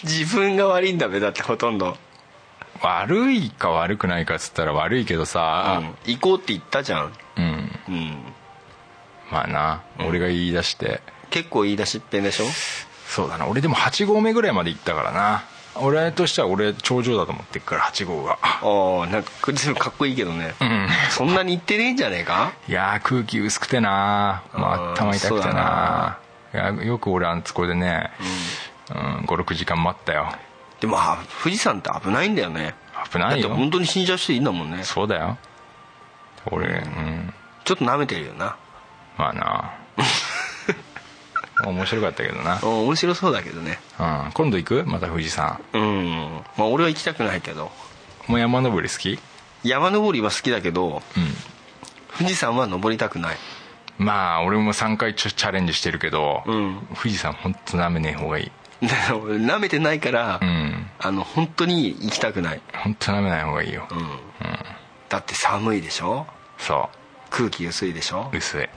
自分が悪いんだべだってほとんど、
悪いか悪くないかっつったら悪いけど
う
さ
ん、行こうって言ったじゃん、
うん、
うん、
まあな俺が言い出して、
結構言い出しっぺんでしょ
そうだな俺でも8合目ぐらいまで行ったからな俺としては俺頂上だと思ってっから8合が
ああなんかこれ全部かっこいいけどね、
ん
そんなに言ってねえんじゃねえか
いやー空気薄くてなー、ま
うん
あ、頭痛くてなーいやよく俺あんつこでね、うん56時間待ったよ
でもあ富士山って危ないんだよね
危ない
だっ
よ
て本当に死んじゃう人いるんだもんねちょ
そうだよ俺うん
っと舐めてるよな
まあ な面白かったけどな、
うん面白そうだけどね
うん、今度行くまた富士山
うんまあ俺は行きたくないけど
もう山登り好き
山登りは好きだけど
う
富士山は登りたくない
んまあ俺も3回ちょチャレンジしてるけど、
うん
富士山本当なめねえ方がいい
だから俺舐めてないから、
うん
あの本当に行きたくない、
本当なめない方がいいよ、
うんだって寒いでしょ
そ
空気薄いでしょ
う薄い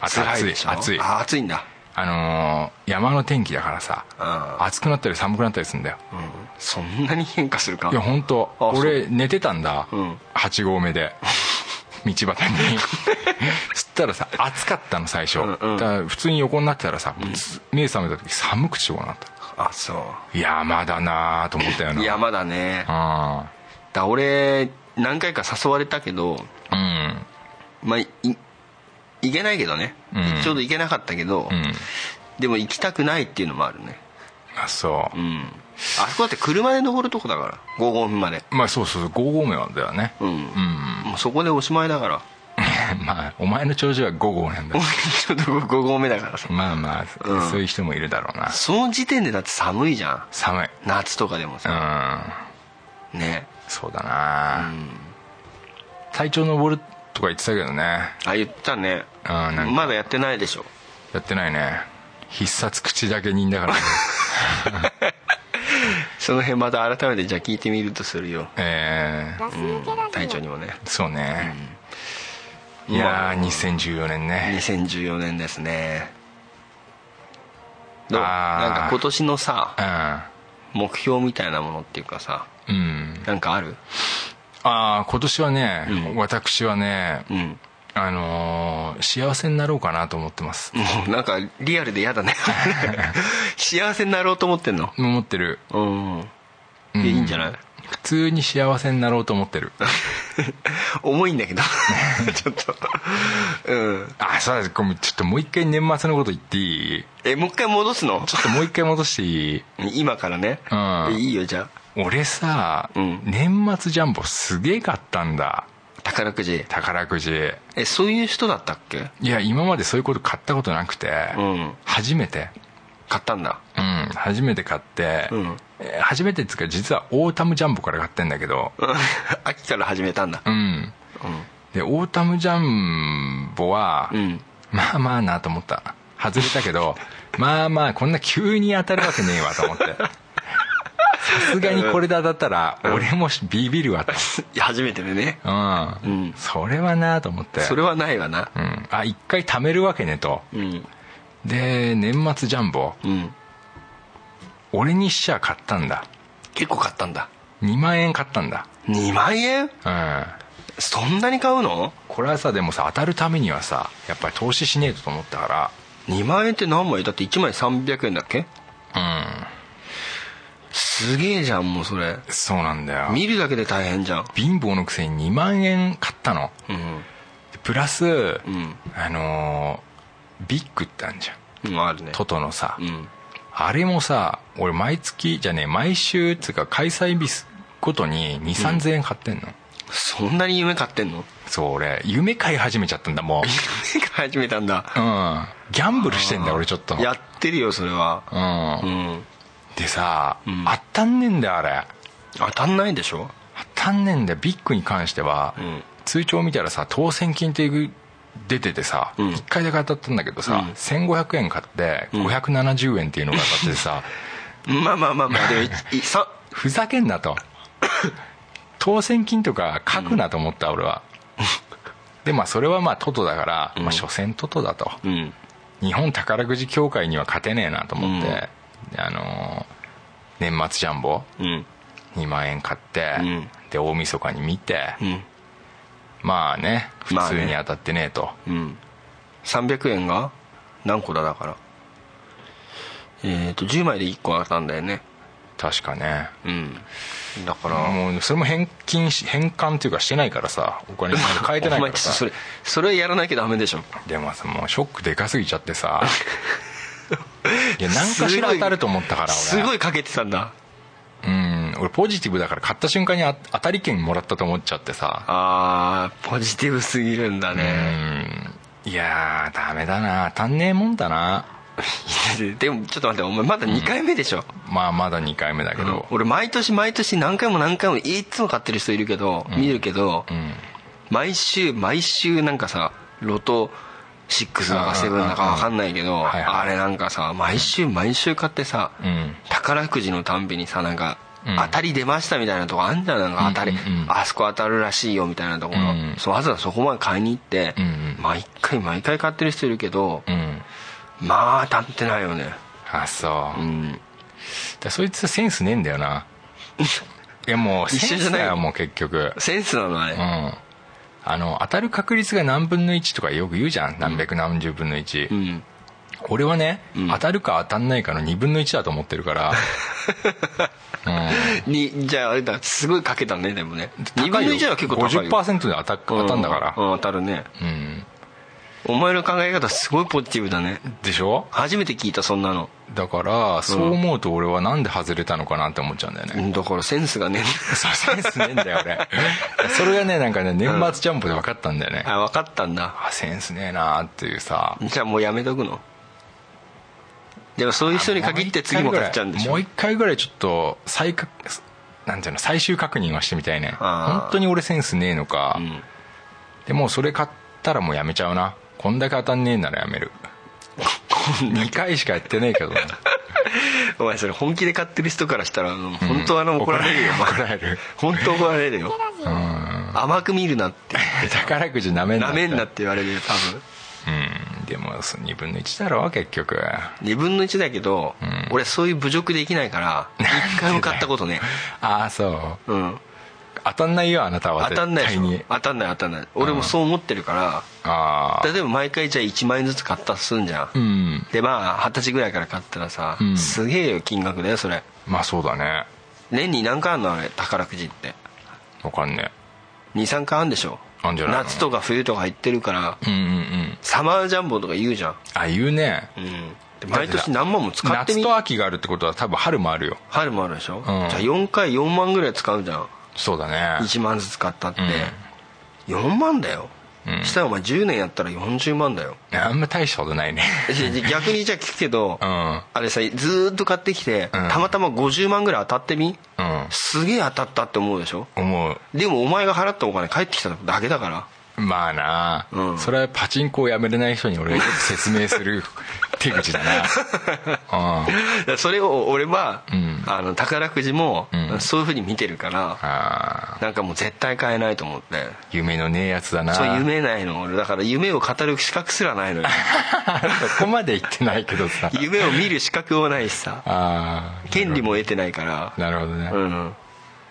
あと
辛い
暑い
でしょ
暑い
あ暑いんだ
あのー山の天気だからさ
うん
暑くなったり寒くなったりするんだよ
うんそんなに変化するか
いや本当
あそう
俺寝てたんだ、
うん
8合目 で道端にそしたらさ暑かったの最初、
んうん
だから普通に横になってたらさ、目覚めた時寒くてしょうがなかっ
あそ
た山だなあと思ったよ
う
な
山だね
あ
だ俺何回か誘われたけど
あうん
まあい行けないけどね、
うん
ちょうど行けなかったけど、
うん
でも行きたくないっていうのもあるね
あそう、
うんあそこだって車で登るとこだから5合目まで
まあそうそうそう5合目はだよね
うん、もうそこでおしまいだから
まあお前の長寿は5合なん だ
ちょっと5合目だからさ
まあまあ、
うん
そういう人もいるだろうな
その時点でだって寒いじゃん
寒い
夏とかでも
う
さ、
ん
ね
そうだな、体調登るとか言ってたけどね
あ言ったね
あーなんか
まだやってないでしょ
やってないね必殺口だけ人だから、 ね、
その辺また改めてじゃあ聞いてみるとするよ、
えー
うん、隊長にもね
そうね、いやー2014年ね
2014年ですねどう
あー
なんか今年のさ
う
目標みたいなものっていうかさ
ん、うん、
なんかある
ああ今年はね、
うん
私はね、
うん
あのー幸せになろうかなと思ってます
もうなんかリアルで嫌だ ね幸せになろうと思ってんの
思ってる
うん
うん
いやいいんじゃ ない
普通に幸せになろうと思ってる
重いんだけ どちょっとうん
あそうだごめんちょっともう一回年末のこと言っていい
えもう一回戻すの
ちょっともう一回戻していい
今からね、
うん
いいよじゃ
俺さ、
うん
年末ジャンボすげえ買ったん
あ
だ
宝くじ
宝くじ
えそういう人だったっけ
いや今までそういうこと買ったことなくて、
うん
初めて
買ったんだ
うん初めて買って、
うん
えー初めてっつうか実はオータムジャンボから買ってんだけど
うん秋から始めたんだ
うん
う
でオータムジャンボは、
んうん
まあまあなと思った外れた けどまあまあこんな急に当たるわけねえわと思ってさすがにこれで当たったら俺もしビビるわと
いや初めてでね
う
うん
んそれはなと思って
それはないわな
うんあ一回貯めるわけねと
うん
で年末ジャンボ
うん
俺にしちゃ買ったんだ
結構買ったんだ
2万円買ったんだ
2万円
うん
そんなに買うの
これはさでもさ当たるためにはさやっぱり投資しねえとと思ったか
2万円って何枚だって1枚300円だっけ
ら
すげえじゃんもうそれ
うんそうなんだよ
見るだけで大変じゃん
貧乏のくせに2万円買ったの
うん
プラス、
ん
あのービッグってあるじゃん
うんあるね
トトのさ、
うん
あれもさ俺毎月じゃねえ毎週っつうか開催日ごとに2 3 0円買ってんの、
そんなに夢買ってんの
そう俺夢買い始めちゃったんだもう
夢買い始めたんだ
うんギャンブルしてんだ俺ちょっと
やってるよそれは
う
うんん
でさ、
ん
当たんねえんだよあれ
当たんないでしょ
当たんねえんだよビッグに関しては、
うん
通帳見たらさ当選金っていう出ててさ、
うん
1回だけ当たったんだけどさ、
うん
1500円買って
ん
570円っていうのが当た ってさ、
まあまあまあまあでもいいさ
ふざけんなと当選金とか書くなと思った俺は、でまあそれはまあトトだから、
ん
まあ所詮トトだと、
うん
日本宝くじ協会には勝てねえなと思って、
うん
であのー年末ジャンボ
うん
2万円買って、
うん
で大晦日に見て、
うん
まあね普
まあね
通に当たってねえと、
うん300円が何個だだからえっ、と10枚で1個当たんだよね
確かね
うんだから
もうそれも返金し返還というかしてないからさお金に変えてな い
お
か
前ちょ
ら
っと
さ
それそれやらなきゃダメでしょ
でもさもうショックでかすぎちゃっ てさいや何かしら当たると思ったから俺
すごいかけてたんだ
うん俺ポジティブだから買った瞬間にあ当たり券もらったと思っちゃってさ
あーポジティブすぎるんだ
う
ね、
んいやーダメだな当たんねえもんだな
でもちょっと待ってお前まだ2回目でしょ、
まあまだ2回目だけど
俺毎年毎年何回も何回もいつも買ってる人いるけど、見るけど、
うん
毎週毎週なんかさロト6だか7だか分かんないけど、
うんうんうんはいはい
あれなんかさ毎週毎週買ってさ、
うん
宝くじのたんびにさなんか、
うん
当たり出ましたみたいなとこあんじゃんなんか当たり、
うんうんうん
あそこ当たるらしいよみたいなところ、
うん
そうわざわざそこまで買いに行って、
うんうん
毎回毎回買ってる人いるけど、
うん
まあ当たってないよね
あそう、
うん
でそいつセンスねえんだ よないやもう
一
セ
緒
ン
じゃ
ス
ない
だよもう結局
センスなのあれ、
うんあの当たる確率が何分の1とかよく言うじゃん何百何十分の1、
うん
俺はね、
ん
当たるか当たんないかの2分の1だと思って るから、う
にじゃああれだすごいかけたねでもね
ん、
2分の1は結構高いよ
50%で当た当たんだから
う、当たるね
うん
お前の考え方すごいポジティブだね
でしょ
初めて聞いたそんなの
だからそう思うと俺はなんで外れたのかなって思っちゃうんだよね、
うんだからセンスがね
そうセンスねえんだよ俺それがねなんかね年末ジャンプで分かったんだよね、
あ分かったんだ
あセンスねえなっていうさ
じゃあもうやめとくのでもそういう人に限って次も買っちゃうんでしょ
もう一回ぐらいちょっと再確なんていうの最終確認はしてみたいね
あー
本当に俺センスねえのか、
うん
でもうそれ買ったらもうやめちゃうなこんだけ当たんねえならやめる2回しかやってねえけ どな
お前それ本気で買ってる人からしたらあの本当あの怒られるよ、
怒られる
本当怒られるよ甘く見るな って
宝くじなめんな
なめんなって言われるよ多分
うんでも2分の1だろ結局
2分の1だけど、
ん
俺そういう侮辱できないから一回も買ったことね
ああそう
うん
当たんないよあなたは
当たんないでし
絶対に
ょ当たんない当たんない俺もそう思ってるか
あ
ら例えば毎回じゃあ1万円ずつ買ったとすんじゃん、
あうん
でまあ二十歳ぐらいから買ったらさ、
うん
すげえよ金額だよそれ
まあそうだね
年に何回あんのあれ宝くじって
わかんね
23回あんでしょ
あんじゃないの
夏とか冬とか行ってるから、
えうんうんうん
サマージャンボとか言うじゃん、
あ言うね
うん、で毎年何万も使って
夏
み
と秋があるってことは多分春もあるよ
春もあるでしょ、
ん
じゃあ4回4万ぐらい使うじゃん
そうだね
1万ずつ買ったって、4万だよ、
うん
したらお前10年やったら40万だよ
あんま大したことないね
で逆にじゃあ聞くけど、
うん
あれさずーっと買ってきて、
うん
たまたま50万ぐらい当たってみ、
うん
すげえ当たったって思うでしょ
思う
でもお前が払ったお金返ってきただけだから
まあな、
うん
それはパチンコをやめれない人に俺がよく説明す る手口だ
だ
なうん
からそれを俺は、
うん
あの宝くじも、
うん
そういうふうに見てるから、
あー
なんかもう絶対買えないと思って
夢のねえやつだな
そう夢ないの俺だから夢を語る資格すらないの よ
そこまで言ってないけどさ
夢を見る資格もないしさ
ああ
権利も得てないから
なるほどね、
うん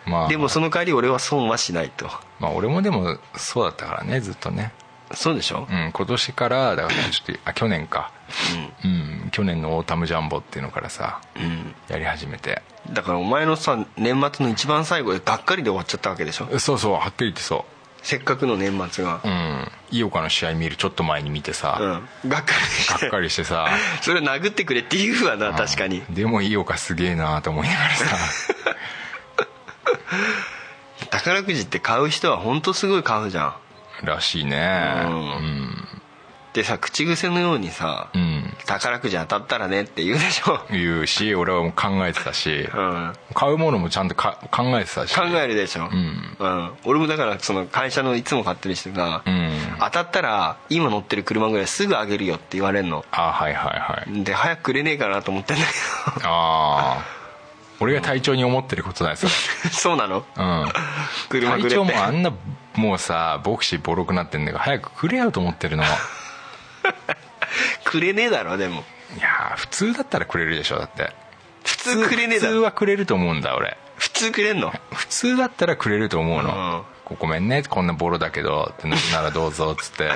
まあ
でもその代わり俺は損はしないと
まあ俺もでもそうだったからねずっとね
そうでしょ、
うん今年からだからちょっとあ去年かうん去年のオータムジャンボっていうのからさ
うん
やり始めて
だからお前のさ年末の一番最後でがっかりで終わっちゃったわけでしょ
そうそうはっきり言ってそ
せっかくの年末が
ううん井岡の試合見るちょっと前に見てさ、
うん、がっかりして
がっかりしてさ
それ殴ってくれって言うわな確かに
うんでも井岡すげえなと思いながらさ
宝くじって買う人は本当すごい買うじゃ
らしいね
うんんでさ口癖のようにさ、
うん、うん
宝くじ当たったらねって言うでしょ、
言うし俺はもう考えてたし
うん、
買うものもちゃんとか考えてたし
考えるでしょ、
ん
うん俺もだからその会社のいつも買ってる人が、
うん
当たったら今乗ってる車ぐらいすぐあげるよって言われるの
あはいはいはい
で早くくれねえかなと思ってんだ
ああ俺が隊長に思ってるこ とないそれ
けどそうなの
うん
車くれ
隊
って
長もあんなもうさボクシーボロくなってんだから早くくれよと 思ってるのい
くれねえだろでも
やー普通だったらくれるでしょだって
普通くれねえ
普
だ
通
ろ
はくれると思うんだ俺
普通くれんの
普通だったらくれると思う
うん
の、こごめんねこんなボロだけどってなならどうぞっつって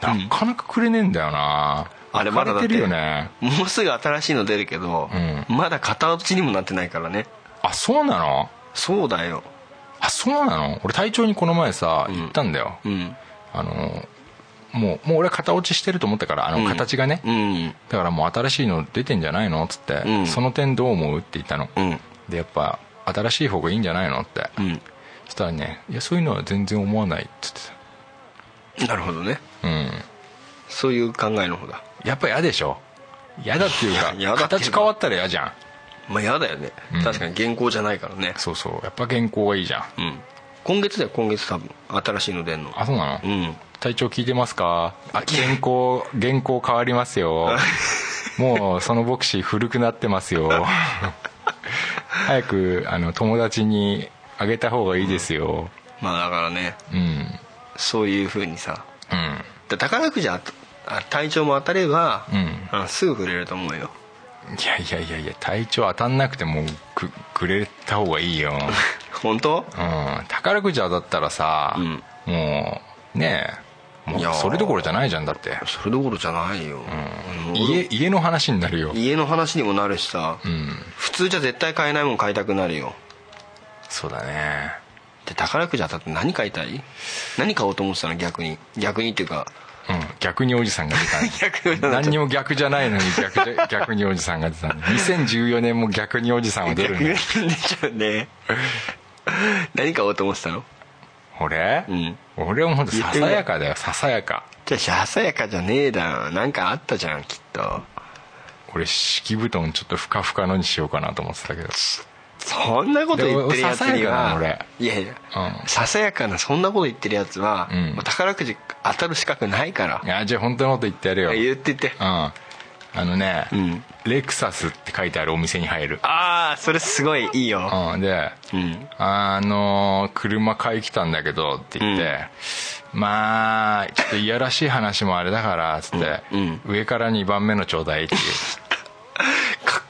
なかなかくれねえんだよな
あれまだだ
浮
って
かれてるよね
もうすぐ新しいの出るけど、
う
まだ片落ちにもなってないからね
あそうなの
そうだよ
あそうなの俺隊長にこの前さ
ん
言ったんだよ、
うん
あのもうもう俺は型落ちしてると思ったからあ
うん
の形がね、
うん
だからもう新しいの出てんじゃないのっつって、
うん
その点どう思うって言ったの、
うん
でやっぱ新しい方がいいんじゃないのって、
うん
そしたらね「いやそういうのは全然思わない」っつって
なるほどね
たうん
そういう考えの方だ
やっぱ嫌でしょ嫌だっていうか
嫌だっていうか
形変わったら嫌じゃん
まあやだよね、
ん
確かに現行じゃないからね
そうそうやっぱ原稿がいいじゃん
うん今月だよ今月多分新しいの出んの
あそうなの、
うん
体調聞いてますかあ原稿原稿変わりま すよもうそのボクシー古くなってますよ早くあの友達にあげた方がいいですよ
まあだからね
うん
そういうふうにさ
うん
で宝くじあとあ体調も当たれば、
うん
あすぐくれると思うよ
いやいやいやいや体調当たんなくてもくくれた方がいいよ、
本当
うん、宝くじ当たったらさ、
うん
もうねえも
いや
う
ー
それどころじゃないじゃんだって
それどころじゃないよ、うん
家家の話になるよ
家の話にもなるしさ、
うん
普通じゃ絶対買えないもん買いたくなるよ
そうだね
で宝くじ当たって何買いたい何買おうと思ってたの逆に逆にっていうか
うん逆におじさんが出たね
逆におじさん
何にも逆じゃないのに逆じゃ 逆におじさんが出たね2014年も逆におじさんは出
逆
る
に
ね
出ちゃうね何買おうと思ってたの
俺、
うん
俺はほんとささやかだよささやか
じゃあささやかじゃねえだろなんかあったじゃんきっと
俺敷布団ちょっとふかふかのにしようかなと思ってたけど
そんなこと言ってるやつに
でも
は
ささやかなの
いやいや、
うん
ささやかなそんなこと言ってるやつは、
うん
もう宝くじ当たる資格ないから
いやじゃあ本当のこと言ってやるようん
言ってて
あのね、
ん
レクサスって書いてあるお店に入る
ああそれすごいいいよ
うんで、
ん
あの車買い来たんだけどって言って、まあちょっといやらしい話もあれだからっつって、
うん
上から2番目のちょうだいっていう
かっ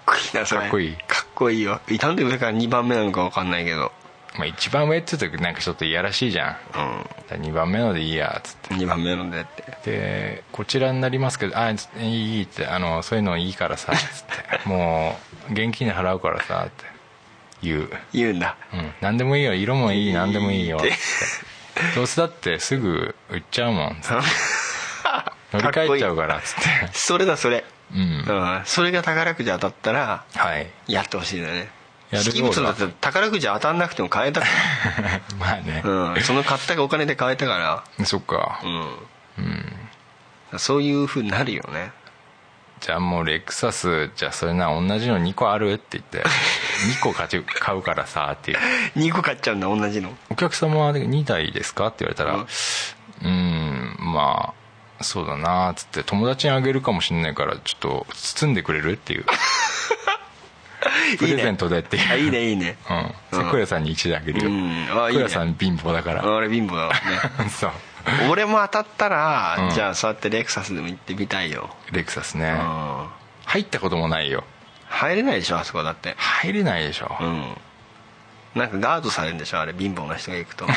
こいいなそれ
かっこいい
かっこいいよなんで上から2番目なのか分かんないけど
まあ一番上って言うとなんかちょっといやらしいじゃん
う
2番目のでいいやっつって
ん2番目のでって
でこちらになりますけど「あいいいい」ってあの「そういうのいいからさ」つって「もう現金で払うからさ」って言う
言うんだ
うん、何でもいいよ色もいい何でもいいよ
いい
っ
って
てどうせだってすぐ売っちゃうもんつって 乗り
かっこ
換
い
え
い
ちゃうからっつって
それだそれ
うん
うんそれが宝くじ当たったら
はい
やってほしいんだよね
やる
式物だって宝くじ当たんなくても買えたか
まあね、
ら、うん、その買ったお金で買えたから
そっか、
うん、そういうふうになるよね
じゃあもうレクサスじゃあそれな同じの2個あるって言 って2個買ち買うからさっていう
2個買っちゃうんだ同じの
お客様は2台ですかって言われたら
うん
うんまあそうだなっつって友達にあげるかもしんないからちょっと包んでくれ るっていうプレゼントでっていう
あいいねいいね
うん、セクヤさんに1であげるよ、
うんあいい
セ
ね
クヤさん貧乏だから、
俺貧乏だからね
そう
俺も当たったら、
うん
じゃあそうやってレクサスでも行ってみたいよ、
レクサスね、
うん
入ったこともないよ
入れないでしょあそこだって
入れないでしょ、
うんなんかガードされるんでしょあれ貧乏な人が行くと こ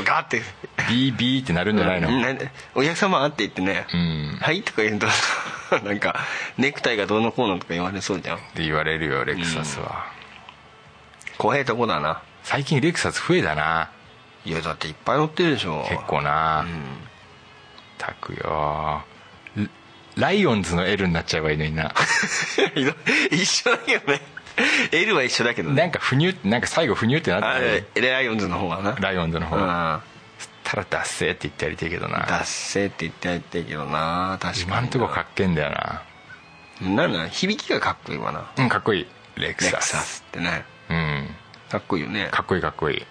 うガーって
ビービーってなるんじゃないの、
うんなんでお客様って言ってね「
うん
はい」とか言うと なんかネクタイがどうのこうのとか言われそうじゃん
って言われるよレクサスは、
怖いとこだな
最近レクサス増えたない
やだっていっぱい乗ってるでしょ
結構な、たくよルライオンズの L になっちゃえばいいのにな
ひどい 一緒だけどね L は一緒だけどね
なんかふにゅってなんか最後ふにゅってな
あ
って
れ
る
ライオンズの方がな
ライオンズの方
うん
ただ「ダッセー」って言ってやりたいけどな
達成って言ってやってるけどな確かにな
今んとこかっけえんだよな
なんだ響きがかっこいいわな
うんかっこいいレク
レ
サ
ク
ス
サスってね
うん
かっこいいよね
かっこいいかっこいい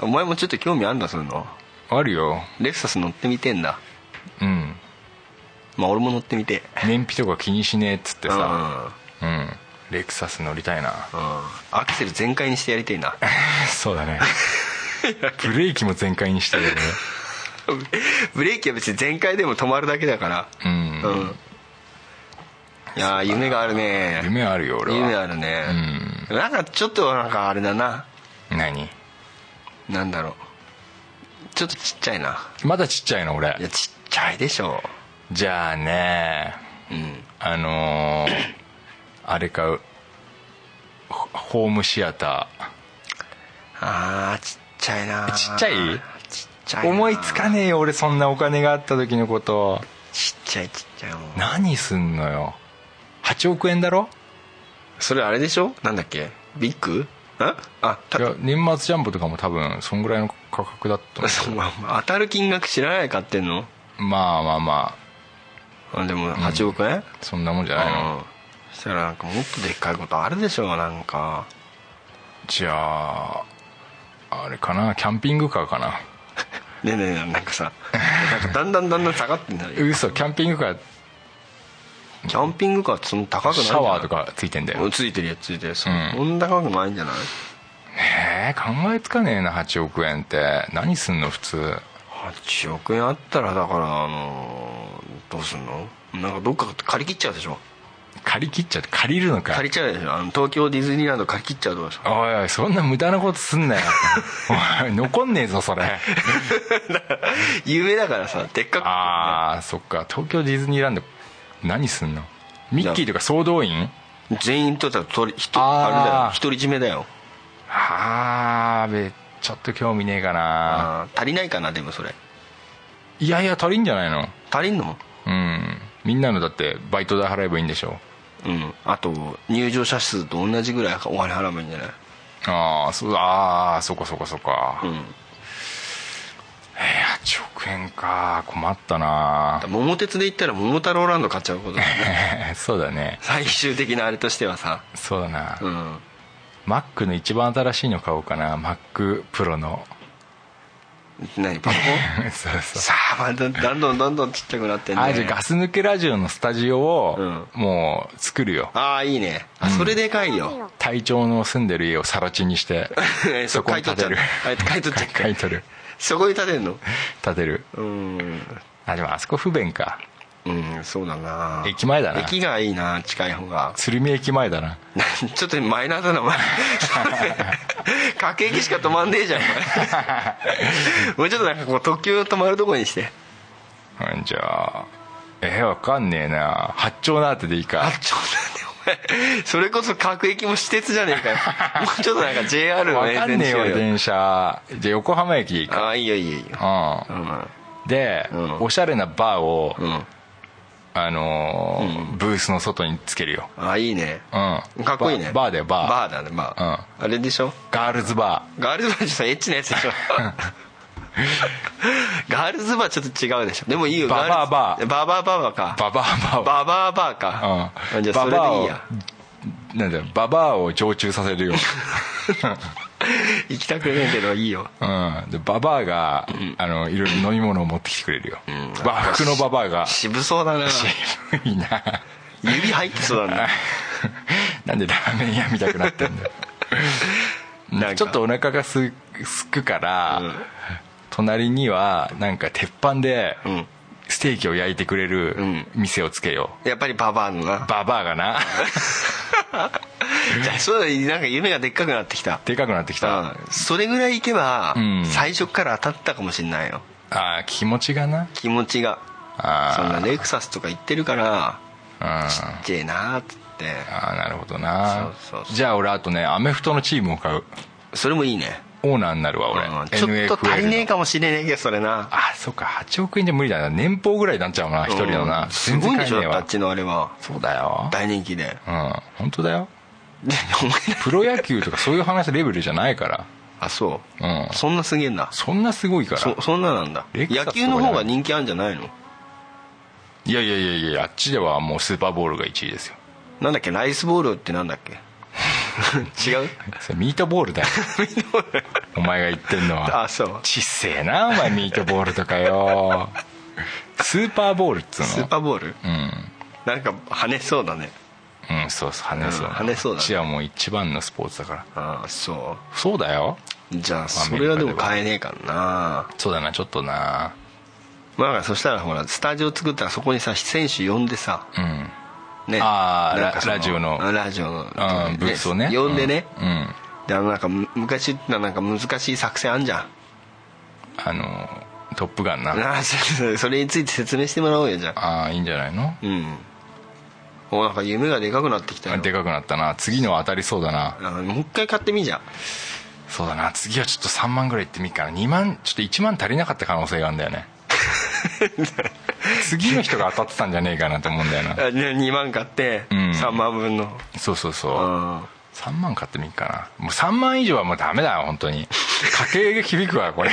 お前もちょっと興味あんだそういうの
あるよ
レクサス乗ってみてんだ
うん
まあ俺も乗ってみて
燃費とか気にしねえっつって
うん、
さ
うん、
うんレクサス乗りたいな
アクセル全開にしてやりてえ な
そう だねブレーキも全開にしてるよね
ブレーキは別に全開でも止まるだけだから
うん
うん、いやー夢があるね
夢あるよ俺は
夢あるね、なんかちょっとなんかあれだな
何
なんだろうちょっとちっちゃいな
まだちっちゃいの
いや
俺
ちっちゃいでしょ
じゃあね
うん
あのーあれ買うホホームシアタ
あーちっちゃいな
ちっちゃい
ちっちゃい
ー
な
思いつかねえよ俺そんなお金があった時のこと
ちっちゃいちっちゃいもん
何すんのよ8億円だろ
それあれでしょなんだっけビッグんあた
いや年末ジャンボとかも多分そんぐらいの価格だったの
そうまあ当たる金額知らない買ってんの
まあまあま
あでも8億円、
あそんなもんじゃないの
ああそしたらなんかもっとでっかいことあるでしょなんか
じゃああれかなキャンピングカーかな
ねえねえなんか さなんかだんだんだんだん下がってんだよ
嘘キャンピングカー
キャンピングカーってそんな高くないん
シ
じゃ
ャ
ない
ワーとかついてんだよ
うんついてるやつついてるそ
うん
んな高くないんじゃない
へえ考えつかねえな8億円って何すんの普通
8億円あったらだからあのどうすんのなんかどっか借り切っちゃうでしょ
借り切っちゃって借りるのか
借りちゃうでしょあの東京ディズニーランド借り切っちゃうとかさ
おいおいそんな無駄なことす んなよおい残んねえぞそれ
夢だからさでっかく
ああそっか東京ディズニーランド何すんのミッキーとか総動員
全員とったらとりひと
あ
あ
ー
れだよ独り占めだよ
あーべちょっと興味ねえかな
あー足りないかなでもそれ
いやいや足りんじゃないの
足りんの
うんみんなのだってバイト代払えばいいんでしょ
うんあと入場者数と同じぐらいお金払えばいいんじゃない
ああそうああそっかそっかそっか、
う
え
ん
8億円か困ったな
だ桃鉄で言ったら桃太郎ランド買っ ちゃうことだね
そうだね
最終的なあれとしてはさ
そうだな、
うん
Mac の一番新しいの買おうかな MacPro の
何パソコン
そう そう
さあまあどどんどんどんどんちっちゃくなってんね
あじゃあガス抜けラジオのスタジオをもう作るよ、
ああいいねあそれでかいよ、
隊長の住んでる家を更地にして
そ
そ
こ
こ
買い取っちゃ
に建て
う
る
買い取っちゃう
買い取る
そこに立てんの
建てる
うん
あでもあそこ不便か
うんそうだな
駅前だな
駅がいいな近い方が
鶴見駅前だな
ちょっとマイナーだなお前 各駅しか止まんねえじゃんお前も うちょっとなんかこう特急止まるとこにして
うんじゃあえー、わかんねえな八丁なーてでいい
あ
か
ちょっと待ってお前それこそ各駅も私鉄じゃねえかよもうちょっとなんか JR の
わ
沿
か
線に
んねえ
しよう
よ
よ
電車じゃあ横浜駅でいいか
ああいいよいいよいいよ
う
うんん
で、
うん
おしゃれなバーを、
うん
あのーブースの外につけるよ、
ああいいね
うん、
かっこいいね
ババーだよバー
バーだねバー、あれでしょ
ガールズバ
ガールズバーじゃさエッチなやつでしょ ガールズバーちょっと違うでしょでもいいよ
ババア
ガールズババアババアか
ーババアバ
ババアバーか、
うん
じゃあそれでいいや
ーなんだよババアを常駐さ せるよ、
行きたくねえけどいいよ
うん、でババアが、あのいろいろ飲み物を持ってきてくれるよ、和服のババアが
渋そうだな
渋いな
指入ってそうだな
なんでラーメン屋見たくなってんだよ
なんか
ちょっとお腹がすすく から、
うん
隣にはなんか鉄板で
うん
ステーキを焼いてくれる
ん
店をつけよ
やっぱりババアのな
うババア が
じ
な
ゃあそうだなんか夢がでっかくなってきた
でかくなってきた、あ
うんそれぐらい行けば、
うん
最初から当たったかもしれないよ
あ気持ちがな
気持ちが
あ
そ
ー
んなレクサスとか行ってるから
うんあ
ちっちゃいなーっつって
あなるほどな
そうそうそう
じゃあ俺あとねアメフトのチームを買う
それもいいね
オーナーになるわ俺、
うんちょっと足りねえ
NFL の
かもしれねえけどそれな
あそっか8億円じゃ無理だな年俸ぐらいになっちゃうな一人だな、
うんすごいんでしょだっ
全然買えねえ
てあ
わ
っちのあれは
そうだよ
大人気で
うん本当だよ
でお前ら
プロ野球とかそういう話レベルじゃないから
あそう、
うん
そんなすげえんだ
そんなすごいから
そそんななんだ
レクサス
野
とか
球
じゃない
の方が人気あるんじゃないの
いやいやいやいやあっちではもうスーパーボールが1位ですよ
なんだっけライスボールってなんだっけ 違う
そ れミートボールだよお前が言ってんのは
あそう
ちっせえなお前ミートボールとかよスーパーボールっつうの
スーパーボール
うん
なんか跳ねそうだね
うんそうそう跳ねそう、
うん跳ねそうだね
ちはもう一番のスポーツだから
ああそ
そうだよ
うじゃあそれはでも買えねえからな
そうだなちょっとな
まあだからそしたらほらスタジオ作ったらそこにさ選手呼んでさ
うん
ね
あー
なんかそ
ララジオの
あラジオの
うんブースをね
呼んでね、
うん、うん
であのなんかむ昔ってなんか難しい作戦あんじゃん
あの「トップガンな」
あーそうそれについて説明してもらおうよじゃあ
ああいいんじゃないの
うんおなんか夢がでかくなってきたよ
でかくなったな次のは当たりそうだな
あもう一回買ってみじゃん
そうだな次はちょっと3万ぐらいいってみっかな2万ちょっと1万足りなかった可能性があるんだよね 次の人が当たってたんじゃねえかなと思うんだよな
あで2万買って
うん
3万分の
そうそうそううん3万買ってみっかなもう3万以上はもうダメだよ本当に家計が響く わこれ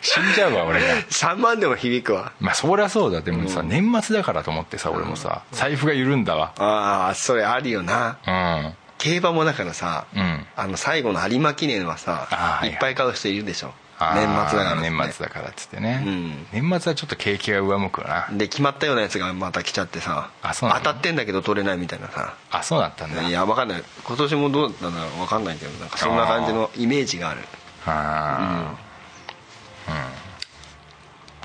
死んじゃうわ俺が
3万でも響くわ
まあそりゃそうだでもさ年末だからと思ってさ俺もさ財布が緩んだわ
ああそれあるよな
うん
競馬もだからさ、
うん
あの最後の有馬記念はさ
あー
いっぱい買う人いるでしょ
あ
年
ー
末だから、ね、
年末だからっつってね、
うん
年末はちょっと景気が上向くわな
で決まったようなやつがまた来ちゃってさ
あそうなの
当たってんだけど取れないみたいなさ
あそうだったんだ
いや分かんない今年もどうだったんだろう分かんないけどなんかそんな感じのイメージがある
あー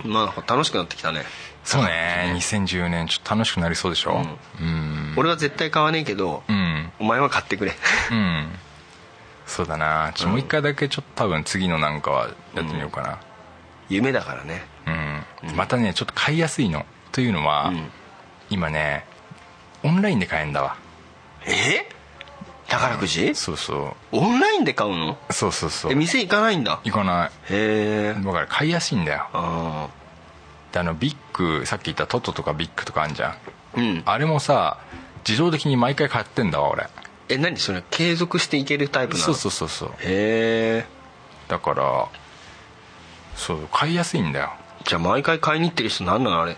まあ楽しくなってきたね、
そうね2014年ちょっと楽しくなりそうでしょうん
俺は絶対買わねえけど、
うん
お前は買ってくれ
うんそうだなちょもう一回だけちょっと多分次のなんかはやってみようか
夢だからね
なうん、またねちょっと買いやすいのというのは、
ん
今ねオンラインで買えんだわ
え宝くじ
そうそ
オンラインで買うの
うそうそうそ
え
う
店行かないんだへ
行かない
え
だから買いやすいんだよ
あ
であのビッグさっき言ったトトとかビッグとかあんじゃん
あうん
あれもさ自動的に毎回買ってんだわ俺
え何それ継続していけるタイプなの
そうそうそうそう
へえ
だからそう買いやすいんだよ
じゃあ毎回買いに行ってる人何なのあれ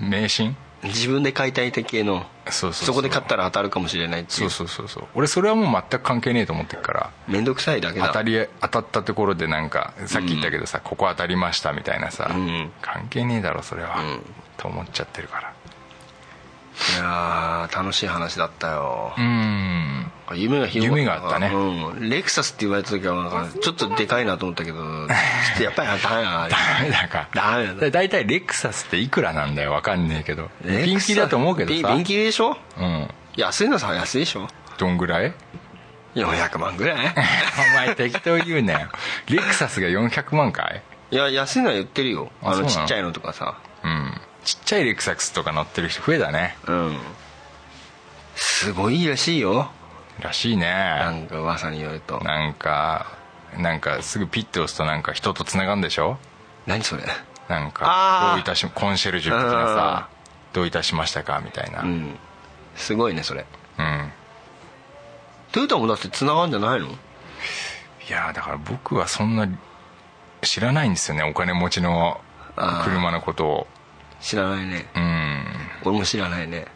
迷信
自分で買いたい系の
そうそうそう
そこで買ったら当たるかもしれないってい
そううそうそうそう俺それはもう全く関係ねえと思ってるから
面倒くさいだけだ
当たり当たったところでなんかさっき言ったけどさ、ここ当たりましたみたいなさ、
うん
関係ねえだろそれは、
うん
と思っちゃってるから
いやー楽しい話だったよ
う、ん
夢が広が
夢があったね
うん、レクサスって言われた時はなんかちょっとでかいなと思っ たけどちょっとやっぱりダメだなあれ
ダメだか
ダメだ
だ大体レクサスっていくらなんだよわかんねえけど
レ
ピン
クサ
キリだと思うけど
ピ
さ
ピンキリでしょ
うん
安いのさ安いでしょ
どんぐらい
400万ぐ らい
お前適当言 うなよレクサスが400万かい
いや安いのは言ってるよあ
あ
の
そうな
ち
の
っちゃいのとかさ
うんちっちゃいレクサスとか乗ってる人増えたね
うんすごいらしいよ
らしい
な
ね
んか噂によると
なんかなんかすぐピッて押すとなんか人とつながるんでしょ
何それ
なん
あ
か
ー
どういたしコンシェルジュ的なさどういたしましたかみたいなう、
うんんすごいねそれトヨタもだって繋がんじゃないの
いやーだから僕はそんな知らないんですよねお金持ちの
あー
車のことを
知らないね
うん
俺も知らないね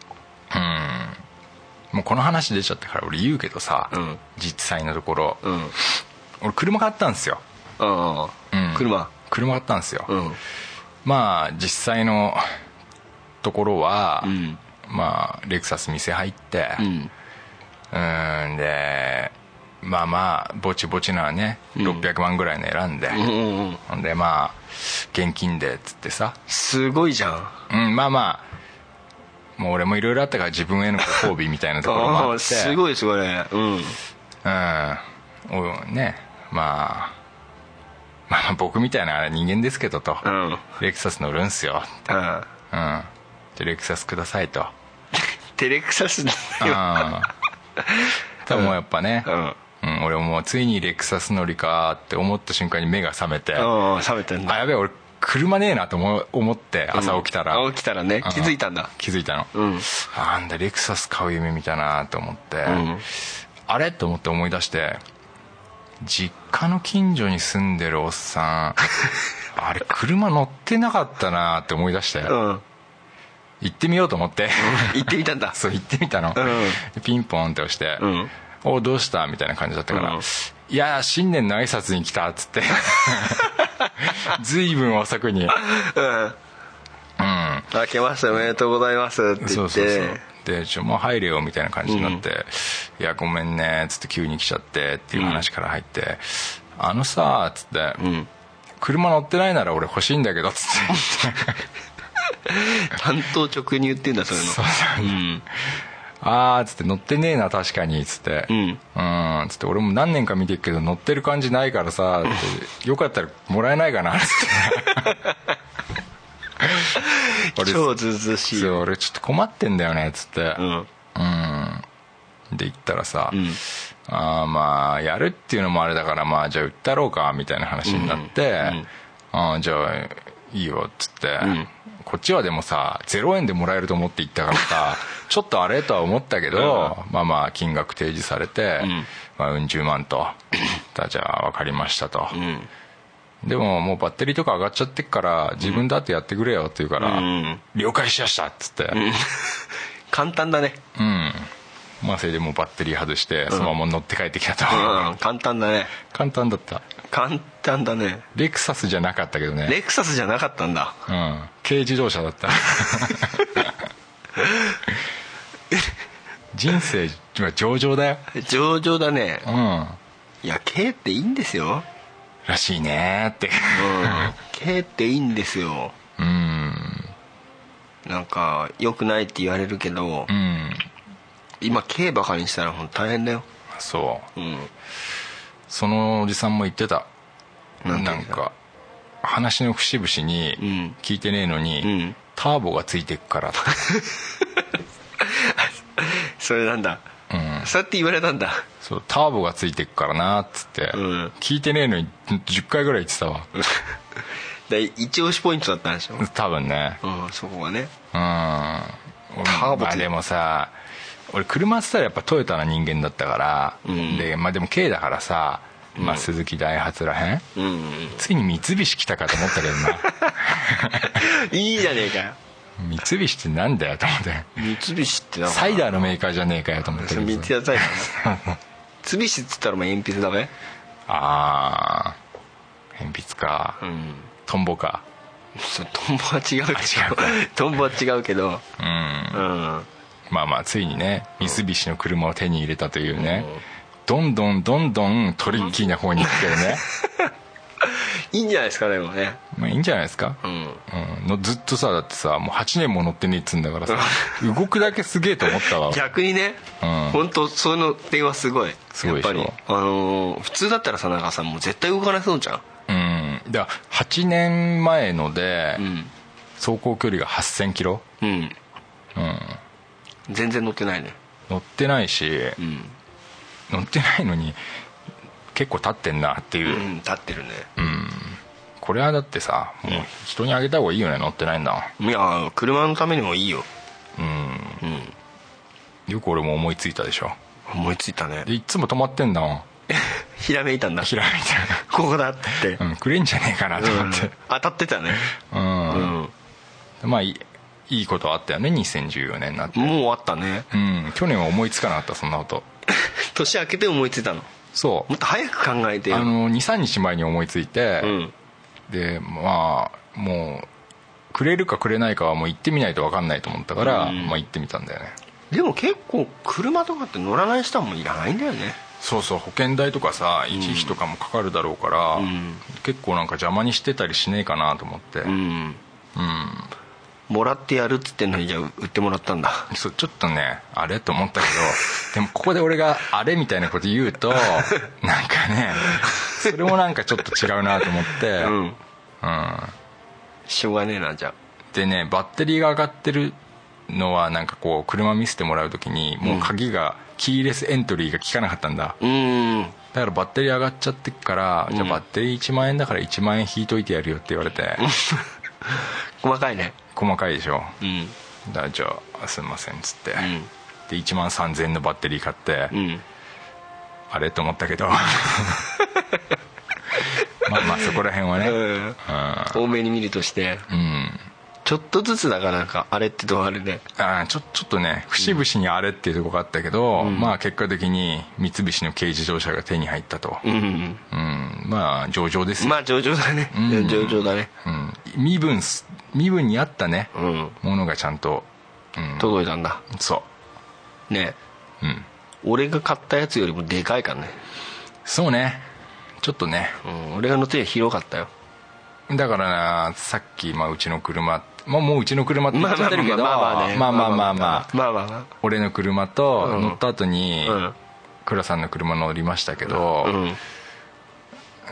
もうこの話出ちゃったから俺言うけどさ、
うん
実際のところ、
うん
俺車買ったんですよ
ああ、
うん
車
車買ったんですよ、
うん
まあ実際のところは、
うん
まあレクサス店入って
うん
うーんでまあまあぼちぼちなね600万ぐらいの選んで、
うんうんうん
ほんでまあ現金でっつってさ
すごいじゃん
うんまあまあもう俺もいろいろあったから自分へのご褒美みたいなところ もあっ
あ
て
あすごいすごいねうん
うん、おねまあ、まあまあ僕みたいな人間ですけどと、
うん
レクサス乗るんすよ、
うん
うん、でレクサスください と、
テレクサスだ
うん、
よ
ただもうやっぱね、
うん
うん俺もうついにレクサス乗りかって思った瞬間に目が覚めて、あ
うん冷めてんだ
やべえ俺車ねえなと思う思って朝起きたら、
うん起きたらね
うん
気づいたんだ
気づいたの、
うん
あなんだレクサス買う夢見たなと思って、
ん
あれと思って思い出して実家の近所に住んでるおっさん あれ車乗ってなかったなって思い出して、
うん
行ってみようと思って、
行ってみたんだ
そう行ってみたの、
う
ピンポンって押して「
うん
おどうした?」みたいな感じだったから「
うん
いや新年の挨拶に来た」っ つって随分遅くに
うん
うん
明けましておめでとうございますって言って
そうそうそうでちょもう入れよみたいな感じになって「いやごめんね」つって急に来ちゃってっていう話から入って「あのさ」つって、
ん
車乗ってないなら俺欲しいんだけど」つって
担当直に言ってんだそういうの
そうそう
うん
あー」つって「乗ってねえな確かに」つって「
うん
うんつって「俺も何年か見てるけど乗ってる感じないからさ」って「よかったらもらえないかな」つって「俺
超ずうずうしい
そう俺ちょっと困ってんだよね」つって、
うん
うんで行ったらさ、
ん
あーまあやるっていうのもあれだからまあじゃあ売ったろうかみたいな話になって、あーじゃあいいよっつって、こっちはでもさ0円でもらえると思って行ったから さちょっとあれとは思ったけど、まあまあ金額提示されて、
ん
まあ、うん十 万とだじゃあ分かりましたと、
うん
でももうバッテリーとか上がっちゃってっから自分だってやってくれよって言うから、
うん
了解しやしたっつって、
簡単だね
うんまあそれでもうバッテリー外してそのまま乗って帰ってきたと、
うん簡単だね
簡単だった
簡単だね
レクサスじゃなかったけどね、
レクサスじゃなかったんだ
うん、軽自動車だった 人生今上々だよ
上々だね
うん
いや K っていいんですよ
らしいねーって
うん K っていいんですよ
うん
なんか良くないって言われるけど
うん
今 K ばかりにしたらほんと大変だよ
そう
うん
そのおじさんも言ってた
な
なんん
て言ってた
か話の節々に
ん
聞いてねえのに、
うん
ターボがついてっか らって
それなんだそうやって言われたんだ
そうターボがついてっからなっつって、
うん
聞いてねえのに10回ぐらい言ってたわ
で一押しポイントだったんでしょ
多分ね
うんそこがね
うん
ーボつい
まあでもさ俺車っつったらやっぱトヨタな人間だったから、
うん
でまあでも軽だからさ、まあ、鈴木ダイハツらへん
うん
ついに三菱来たかと思ったけどな
いいじゃねえかよ
三菱ってなんだよと思って
三菱ってなんか
サイダーのメーカーじゃねえかよと思って
それ三ツ矢サイダー 三菱っつったらもう鉛筆だべ
ああ鉛筆か、
うん
トンボか
そうトンボは違うけどトンボは違うけど
うん
うん
まあまあついにね三菱の車を手に入れたというね、どんどんどんどんトリッキーな方に行くけ どね、
いいんじゃないですかでもね
まあいいんじゃないですか、
うん
うんのずっとさだってさもう8年も乗ってねえっつうんだからさ動くだけすげえと思ったわ
逆にね、
うん
本当そういうの点はすごい
すごい
やっぱ
でしょ
り、あのー普通だったらさなんかさもう絶対動かなそうじゃん
うんだから8年前ので、
うん
走行距離が8 0 0 0キロ
うん、全然乗ってないね
乗ってないし、
うん、
乗ってないのに結構立ってんなっていう、
うん、立ってるね、
これはだってさもう人にあげた方がいいよね乗ってないんだもん
いや車のためにもいいようん、
よく俺も思いついたでしょ
思いついたね
でいっつも止まってんだもん
ひらめいたんだ
ひらめいた
ここだって、
ら、うん、くれんじゃねえかなと
う
思
ん
って
当たってたね
うん、
うん、
まあいいいいことはあったよね2014年になって
もうあったね
うん去年は思いつかなかったそんなこと
年明けて思いついたの
そ
もっと早く考えて
う
よ
あの23日前に思いついて、
うん
でまあもうくれるかくれないかはもう行ってみないと分かんないと思ったから、
うん
まあ行ってみたんだよね
でも結構車とかって乗らない人はもういらないんだよね
そうそう保険代とかさ維持費とかもかかるだろうから、
ん
結構なんか邪魔にしてたりしねえかなと思って、
うんもらってやるっつってんのにじゃあ売ってもらったんだ
そうちょっとねあれと思ったけどでもここで俺が「あれ?」みたいなこと言 うとなんかねそれもなんかちょっと違うなと思って、
うんしょうがねえなじゃあ
でねバッテリーが上がってるのはなんかこう車見せてもらう時にもう鍵が、キーレスエントリーが効かなかったんだ
うーん
だからバッテリー上がっちゃってっから、じゃあバッテリー1万円だから1万円引いといてやるよって言われて
細かいね
細かいでしょ
うん
だからじゃあすいませんっつって、で1万3000円のバッテリー買って、
うん
あれと思った けどまあまあそこら辺はね、
うん多めに見るとして
うん
ちょっとずつだからなんかあれってどうあれで
あーちょちょっとね節々にあれっていうとこがあったけど、まあ結果的に三菱の軽自動車が手に入ったと、
うん
うんまあ上々ですよ、
まあ上々だね
ん
上々だね
うん、身分す身分に合ったね、
うん
ものがちゃんと、うん、
届いたんだ
そ
ね
ううん
俺が買ったやつよりもでかいからね
そうねちょっとね
うん俺が乗ってる広かったよ
だからなさっき、まあ、うちの車まあもううちの車って言っちゃってるけど
まあまあまあまあね
まあまあまあまあ
まあまあま
俺の車と
うん
乗った後に
うん
倉さんの車乗りましたけど
あうん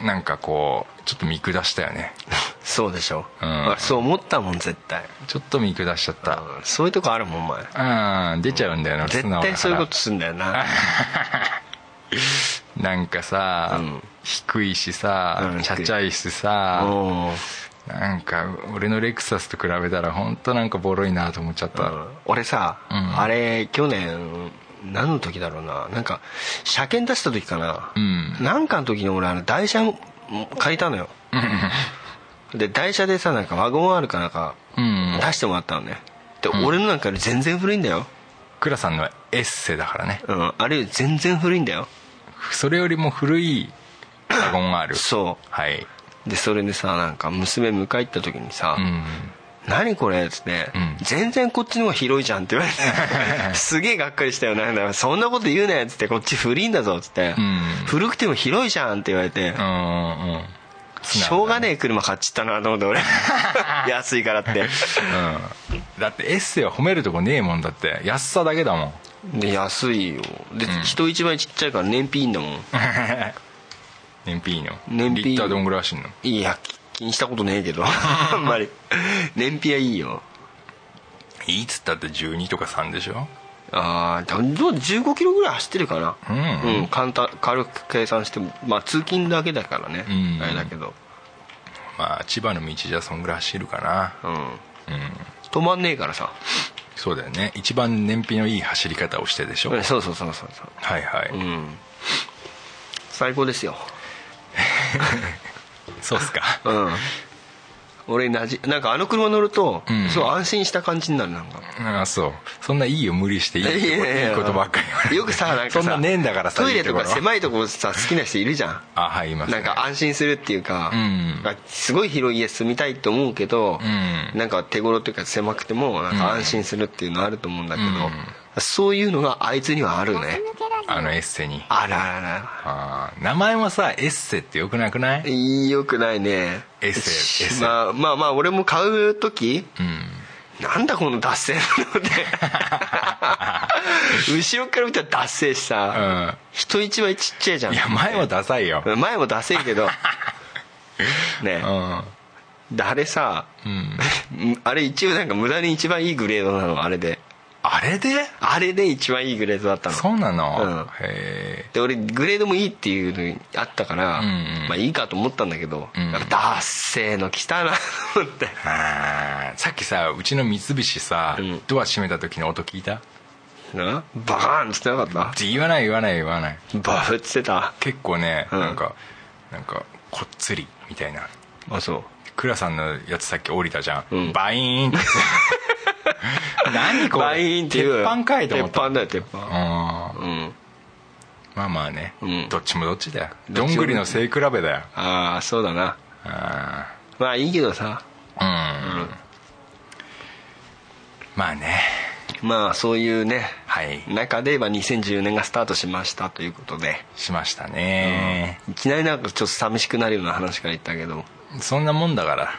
なんかこうちょっと見下したよね
そうでしょ
うん
俺そう思ったもん絶対
ちょっと見下しちゃった
うんそういうとこあるもんお前
うん出ちゃうんだよな
絶
素直だから
対そういうことすんだよな
なんかさ
うん
低いし
う
さ
ん
ちゃちゃいしさ
うん
なんか俺のレクサスと比べたら本当なんかボロいなと思っちゃった
俺さ
うん
あれ去年何の時だろうななんか車検出した時かな
うん
なんかの時に俺あの台車も借りたのよで台車でさなんかワゴン R かなんか
うん
出してもらったのねで俺のなんかより全然古いんだよ
倉さんのエッセだからね
うんあれより全然古いんだよ
それよりも古いワゴン R
そ
はい、
うでそれでさなんか娘迎え行った時にさ
うん、
何これ?」っつって、
うん
全然こっちの方が広いじゃん」って言われ てすげえがっかりしたよなんだそんなこと言うなよ」っつって「こっち古いんだぞ」っつって、
うん
古くても広いじゃん」って言われて、
うんうんうん
しょうがねえ車買っちったなと思って 俺安いからって
うんだってエッセイは褒めるとこねえもんだって安さだけだもん
で安いよで、人一倍ちっちゃいから燃費いいんだもん
燃費いいの
燃費いい
リッターどんぐらい走んの
いやき気にしたことねえ けどあんまり燃費はいいよ
いいっつったって12とか3でしょ
ああどう15キロぐらい走ってるかな、
うん
簡単軽く計算してもまあ通勤だけだからね、
うん
あれだけど
まあ千葉の道じゃそんぐらい走るかな
うん、止まんねえからさ
そうだよね一番燃費のいい走り方をしてでしょ、
そうそうそうそうそう
はいはい、
うん最高ですよ
そうっすか
うん俺なじなんかあの車乗ると、
うん
そう安心した感じになるなんか
あそうそんないいよ無理していいってこと
いやいやいや
いいことばっかり言われて
よくさなんかさ
そんなねえんだからさ
トイレと
いい
か
ところ
狭いとこさ好きな人いるじゃん
あはいいます、ね、
なんか安心するっていうか、
うん
すごい広い家住みたいと思うけど、
うん
なんか手頃っていうか狭くてもなんか安心するっていうのあると思うんだけど、そういうのがあいつにはあるね
あのエッセに
あらあら
あー名前もさエッセってよくなくない
あらよくないね
エセエセ
まあまあまあ俺も買う時
うん
なんだこの脱線の って後ろから見たら脱線し
う
さ、
ん
人一倍ちっちゃいじゃん
いや前もダサいよ
前も出せるけ どね
う、ん
あれさ、
ん
あれ一応なんか無駄に一番いいグレードなのあれで
あれで
あれで一番いいグレードだったの
そうなの、
うん
へ
で俺グレードもいいっていうのにあったから、
うんうん
まあいいかと思ったんだけど、
うん
やっぱダッセーの来たなと思って
えあーさっきさうちの三菱さ、
うん
ドア閉めた時の音聞いた
なバーンっつってなかった
って言わない言わない言わない
バフっつってた
結構ね、
うん
なんかなんかこっつりみたいな
あそう
倉さんのやつさっき降りたじゃん、
うん
バイーン って何これ
バイーンっていう
鉄板かいと思った
鉄板だよ鉄板
あー
うん
まあまあね、
うん
どっちもどっちだよ
ど
ど
っちも
んぐりの背比べだよ
ああそうだな
あ
まあいいけどさ
ーうん、まあね
まあそういうね、
はい
中で、まあ、2010年がスタートしましたということで、
しましたね、
いきなりなんかちょっと寂しくなるような話から言ったけど
そんなもんだから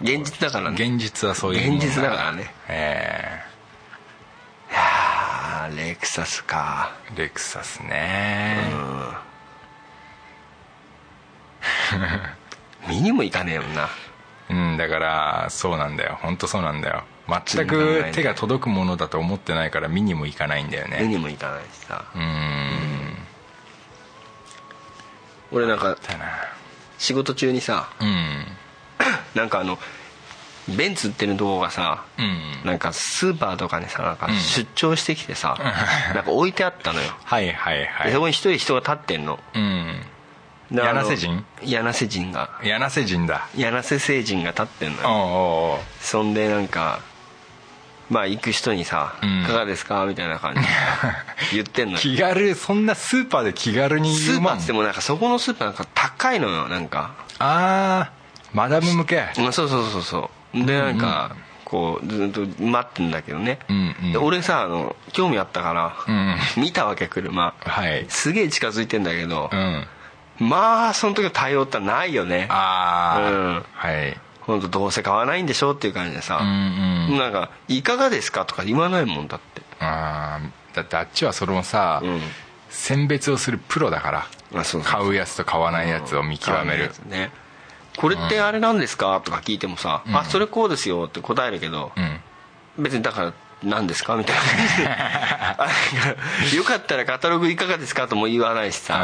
現実だからね
現実はそういうもん
現実だからね
え
あーレクサスか
えレクサスね、
見にも行かねえよな
うん、だからそうなんだよ本当そうなんだよ全く手が届くものだと思ってないから見にも行かないんだよ
見
ね
にも行かないしさ
うーん
俺なんか
だな
仕事中にさ
うん
なんかあのベンツ売ってる動画がさ、
うん
なんかスーパーとかにさなんか
ん
出張してきてさ、なんか置いてあったのよ、
はいはいは
で
い
そこに一人人が立ってんの
うん
であの
柳瀬人
柳瀬人が
柳瀬人だ
柳瀬聖人が立ってんの
おう
よ
おうおう
そんでなんかまあ行く人にさ「
うん
いかがですか?」みたいな感じで 言ってんのよ
気軽そんなスーパーで気軽に
ス
言う
ーパ
も
ー
ん
っつってもなんかそこのスーパーなんか高いのよなんか
ああマダム向け
うんそうそうそうそうでなんかこうずっと待ってんだけどね、
うんうん
で俺さあの興味あったから、
うん
見たわけ車
はい
すげえ近づいてんだけど
う、ん
まあその時の対応ってないよね
ああ、
うん
はい
本当どうせ買わないんでしょっていう感じでさ、
うんうん
なんか「いかがですか?」とか言わないもんだって
あーだってあっちはそれもさ、
うん
選別をするプロだから
あそうそう
買うやつと買わないやつを見極める
ねこれってあれなんですかとか聞いてもさ「あそれこうですよ」って答えるけど、
うん
別にだから何ですかみたいな感じであなん かよかったらカタログいかがですかとも言わないしさ、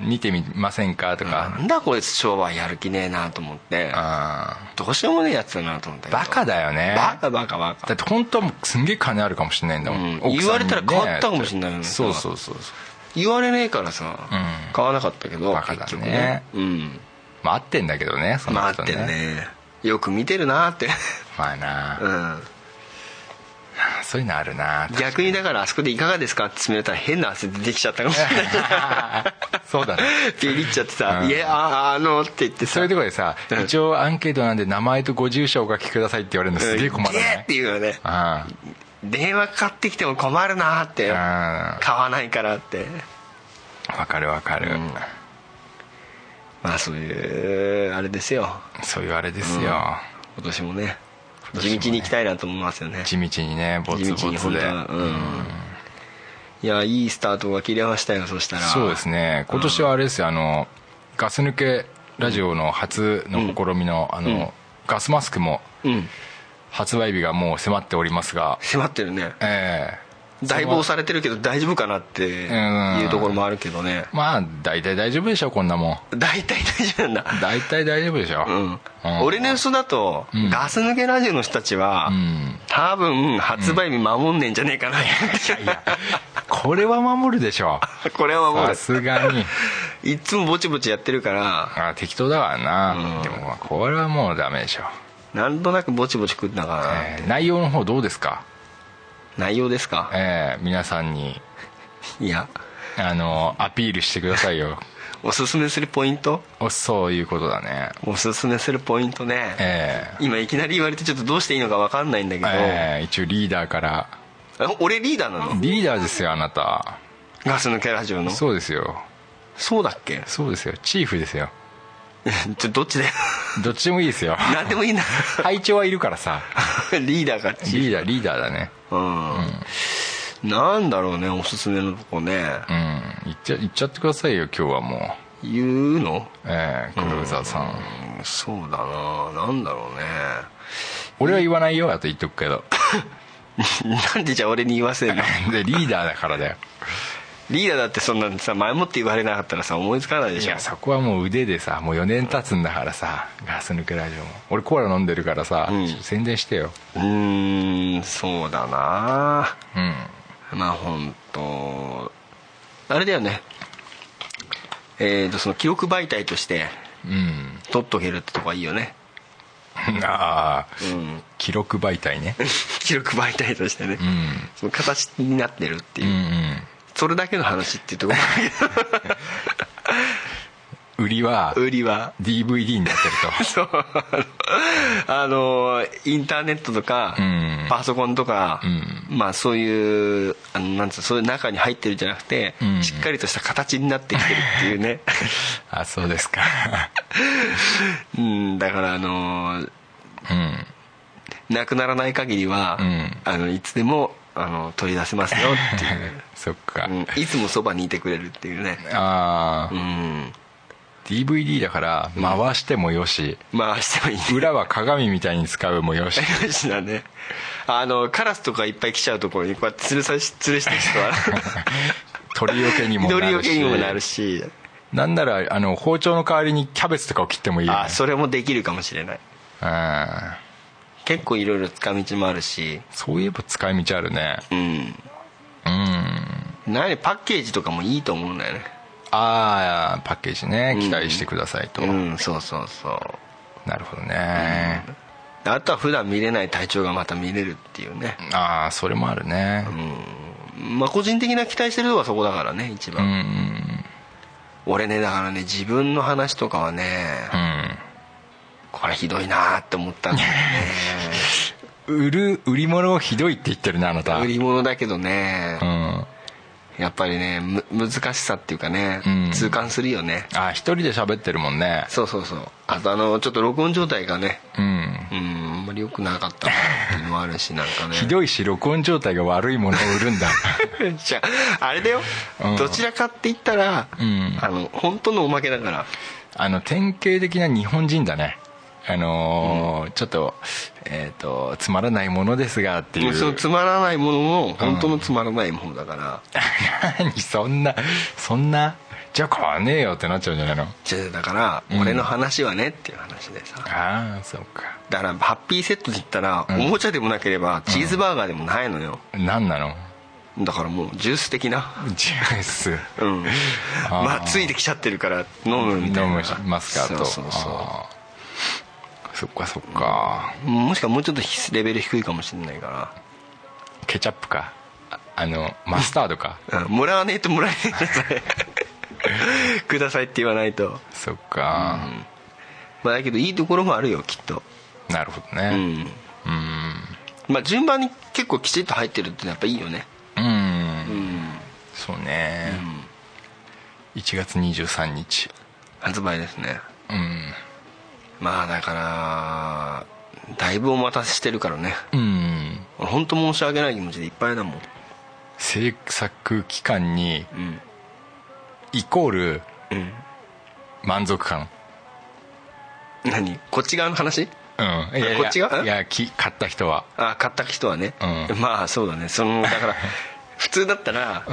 うん見てみませんかと
な
か
んだこいつ商売やる気ねえなと思って
あ
どうしようもねえやつだなと思った
ー
けど
バカだよね
バカバカバカ
だって本当はすんげえ金あるかもしれないんだも
うん
ん、
言われたら変わったかもしれないよね
そうそうそうそう、
言われねえからさ、
うん
買わなかったけど
バカだね
結局ねうん
まあ、合ってんだけどねその
まああ
人
ってねよく見てるなって
まあな、
うん
そういうのあるな
逆にだからあそこで「いかがですか?」って詰められたら変な汗出てきちゃったかもしれない
そうだね
ビビっちゃってさ「
うん
いやああの」って言ってさ
そういうところでさ、
うん
一応アンケートなんで名前とご住所をお書きくださいって言われるのすげえ困る
ゲーっ
ね
て、いうよね
あ
電話かかってきても困るなーって
あ
買わないからって
あわかるわかる、
うんまあそういうあれですよ
そういうあれですよ、
今年もね
今
地
年もね
道に行きたいなと思いますよね
地道にねボ
地
ツボ
道に
ツ
本当
で
はうんいやいいスタートが切れましたよそしたら
そうですね今年はあれですよあのガス抜けラジオの初の試みの,、あのガスマスクも
うん
発売日がもう迫っておりますが
迫ってるね
ええ
大暴されてるけど大丈夫かなっていうところもあるけどね
まあ大体大丈夫でしょこんなもん
大体大丈夫なんだ
大体大丈夫でしょ、
うん
うん
俺の予想だと
うん
ガス抜けラジオの人たちは
うん
多分発売日守んねえんじゃねえかな
これは守るでしょ
これはもう
さすがに
いっつもぼちぼちやってるから
あ適当だからな、でもまあこれはもうダメでしょ、
なんとなくぼちぼち食ったかな、
えー内容の方どうですか、
内容ですか
えー皆さんに
いや
あのアピールしてくださいよ
おすすめするポイント
おそういうことだね
おすすめするポイントね、
え
今いきなり言われてちょっとどうしていいのか分かんないんだけ
ー
ど、
えー一応リーダーから
あ俺リーダーなの
リーダーですよあなた
ガス抜けラジオの
そうですよ
そうだっけ
そうですよチーフですよ
ちょどっ ちだよ
どっちでもいいですよ
何でもいいな
隊長はいるからさ
リーダーがち
リーダーリーダーだね
うん、なんだろうねおすすめのとこね、
うん言っちゃ言っちゃってくださいよ今日はもう
言うの
ええー、黒沢さん
うんそうだななんだろうね
俺は言わないよあと言っとくけど
なんでじゃあ俺に言わ せるの
でリーダーだからだよ
リーダーだってそんなんさ前もって言われなかったらさ思いつかないで
い
しょ
やそこはもう腕でさもう4年経つんだからさガス抜けラジオも俺コーラ飲んでるからさ、
うん
ちょっと宣伝してよ
うーんそうだな
うん
まあ本当あれだよねえー、とその記録媒体として
うん
取っとけるってとこはいいよね
ああ
うん
記録媒体ね
記録媒体としてね、
うん
その形になってるっていうう、
ん
それだけの話っていうところ だけ
うん売りは
ど売りは
DVD になってると
そうあのインターネットとか、
うん
パソコンとか、
う
まあそういうあのなんつうのそういう中に入ってるんじゃなくて、
うん
しっかりとした形になってきてるっていう ね
あそうですか
うんだからあの
うん
なくならない限りは、
うん
あのいつでもあの取り出せますよっていう
そっか、
う ん、いつもそばにいてくれるっていうね
ああ、
うん、
DVD だから回してもよし、
まあしてもいいね
裏は鏡みたいに使うも よし
よしだねあのカラスとかいっぱい来ちゃうところにこうやって吊るさし吊るしてき た
鳥よけにもなる
緑
し
よけにもなるし
なんならあの包丁の代わりにキャベツとかを切ってもいいよね
あそれもできるかもしれない
うん
結構いろいろ使い道もあるし
そういえば使い道あるね
うん
うん
何パッケージとかもいいと思うんだよね
ああパッケージね
うん
期待してくださいと、
うんそうそうそう
なるほどね、
あとは普段見れない体調がまた見れるっていうね
ああそれもあるね
うんまあ個人的な期待してるのはそこだからね一
うんう
番、
ん
俺ねだからね自分の話とかはね、これひどいなーって思ったんだよね
うん売る売り物をひどいって言ってるねあなた
売り物だけどね
う、ん
やっぱりねむ難しさっていうかね、
うん
痛感するよね
あ一人で喋ってるもんね
そうそうそうあとあのちょっと録音状態がね
うん
うんあんまり良くなかったなっていうのもあるしなんかね
ひどいし録音状態が悪いものを売る んだ
じゃああれだよ、
うん
どちらかって言ったら、
うん
あの本当のおまけだから
あの典型的な日本人だねあのーちょっとえっ、とつまらないものですがってい
もう
う
そのつまらないものも本当のつまらないものだから、
何そんなそんなじゃあ買わねえよってなっちゃうんじゃないの
じゃあだから
ん
俺の話はねっていう話でさ、
ああそうか
だからハッピーセットって言ったら、おもちゃでもなければチーズバーガーでもないのよ、
何なの
だからもうジュース的な
ジュース
うん
あー
まあついてきちゃってるから飲むみたい
飲
な
むしますかと
そうそうそ
あーそっかそっか
うもしかもうちょっとレベル低いかもしれないか、
ケチャップかああのマスタードから
うん、もらわねえともらえないじゃない くださいって言わないと、
そっか
まあ、だけどいいところもあるよきっと
なるほど
う
ね
ん
うん
まあ順番に結構きちっと入ってるってのはやっぱいいよね
うん
うん
そうね1月23日
発売ですね
うん
まあだからだいぶお待たせしてるからね
うん
俺本当申し訳ない気持ちでいっぱいだもん
制作期間に
うん
イコール
うん
満足感
何こっち側の話
うんいやいや
こっちが
いやき買った人は
あ買った人はね、
うん
まあそうだねそのだ から普通だったら、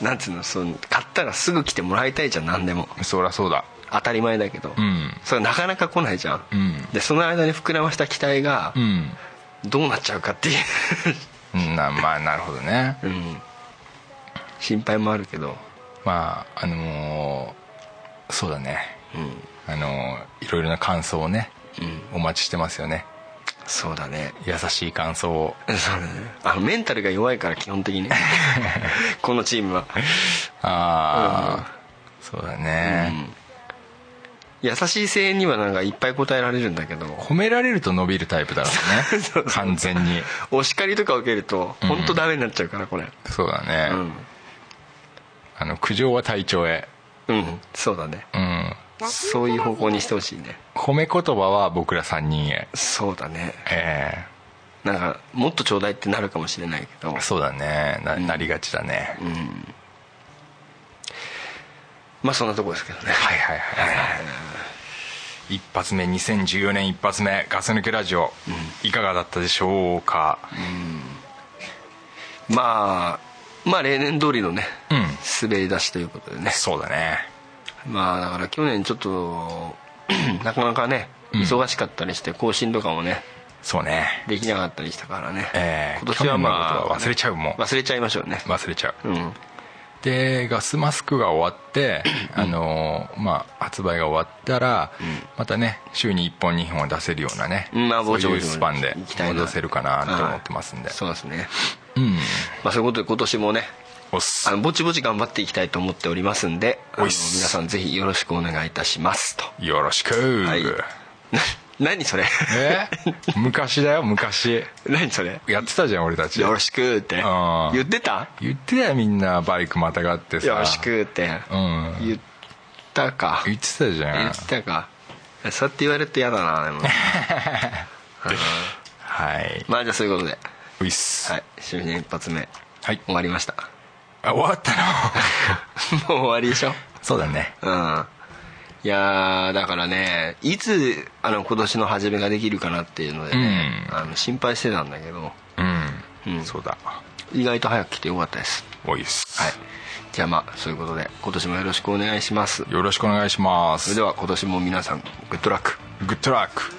う
なんつうのその買ったらすぐ来てもらいたいじゃん何でも
んそりゃそうだ
当たり前だけど、
うん
それなかなか来ないじゃん、
うん
でその間に膨らました期待が
うん
どうなっちゃうかっていう、
なまあなるほ どね
うん、心配もあるけど
まああのーそうだね、あのいろいろな感想をね、お待ちしてますよね
そうだね
優しい感想を
そうだねあのメンタルが弱いから基本的 にこのチームは
ああ、そうだね、
優しい声援にはなんかいっぱい答えられるんだけど
褒められると伸びるタイプだろ うね完全に
お叱りとか受けると本当ダメになっちゃうからこれ
そうだね、
うん
あの苦情は隊長へ
うんそうだね
うん
そういう方向にしてほしいね
褒め言葉は僕ら3人へ
そうだね
え
なんかもっとちょうだいってなるかもしれないけど
えそうだねな,、なりがちだね、
まあそんなとこですけどね
はいはいはいはい一発目2014年一発目ガス抜けラジオ、いかがだったでしょうか
まあまあ例年通りのね、
うん
滑り出しということでね
そうだね
まあだから去年ちょっと なかなかね忙しかったりして更新とかもね
そうね
できなかったりしたからね、
ええ
今年はま
去年のことは
あ
忘れちゃうもん
忘れちゃいましょうね、
忘れちゃう
うん
でガスマスクが終わって、あのーまあ、発売が終わったら、またね週に1本2本を出せるようなね、
うんまあ
そう
ぼちぼ
い
ち
うスパンで
行きたいな
戻せるかなと思ってますんで、
そうですね、
うん
まあ、そういうことで今年もね
おっす
あのぼちぼち頑張っていきたいと思っておりますんであの
おいっ
皆
す
さんぜひよろしくお願いいたしますと
よろしく、
はいな何それ
え昔だよ昔
何それ
やってたじゃん俺たち
よろしくって
あー
言ってた
言ってたよみんなバイクまたがってさ
よろしくって
うん
言ったか
言ってたじゃ
言
ん
ってたかそうやって言われると嫌だなで も
はい
まあじゃあそういうことで
ういっす、
はい新年一発目
はい
終わりました
あ終わったの
もう終わりでしょ
そうだね
うんいやーだからねいつあの今年の初めができるかなっていうのでね、
う
あの心配してたんだけど
うん、
うん
そうだ
意外と早く来てよかったです
おいっす、
はいじゃあまあそういうことで今年もよろしくお願いします
よろしくお願いしま
それ
す
では今年も皆さんグッドラック
グッドラック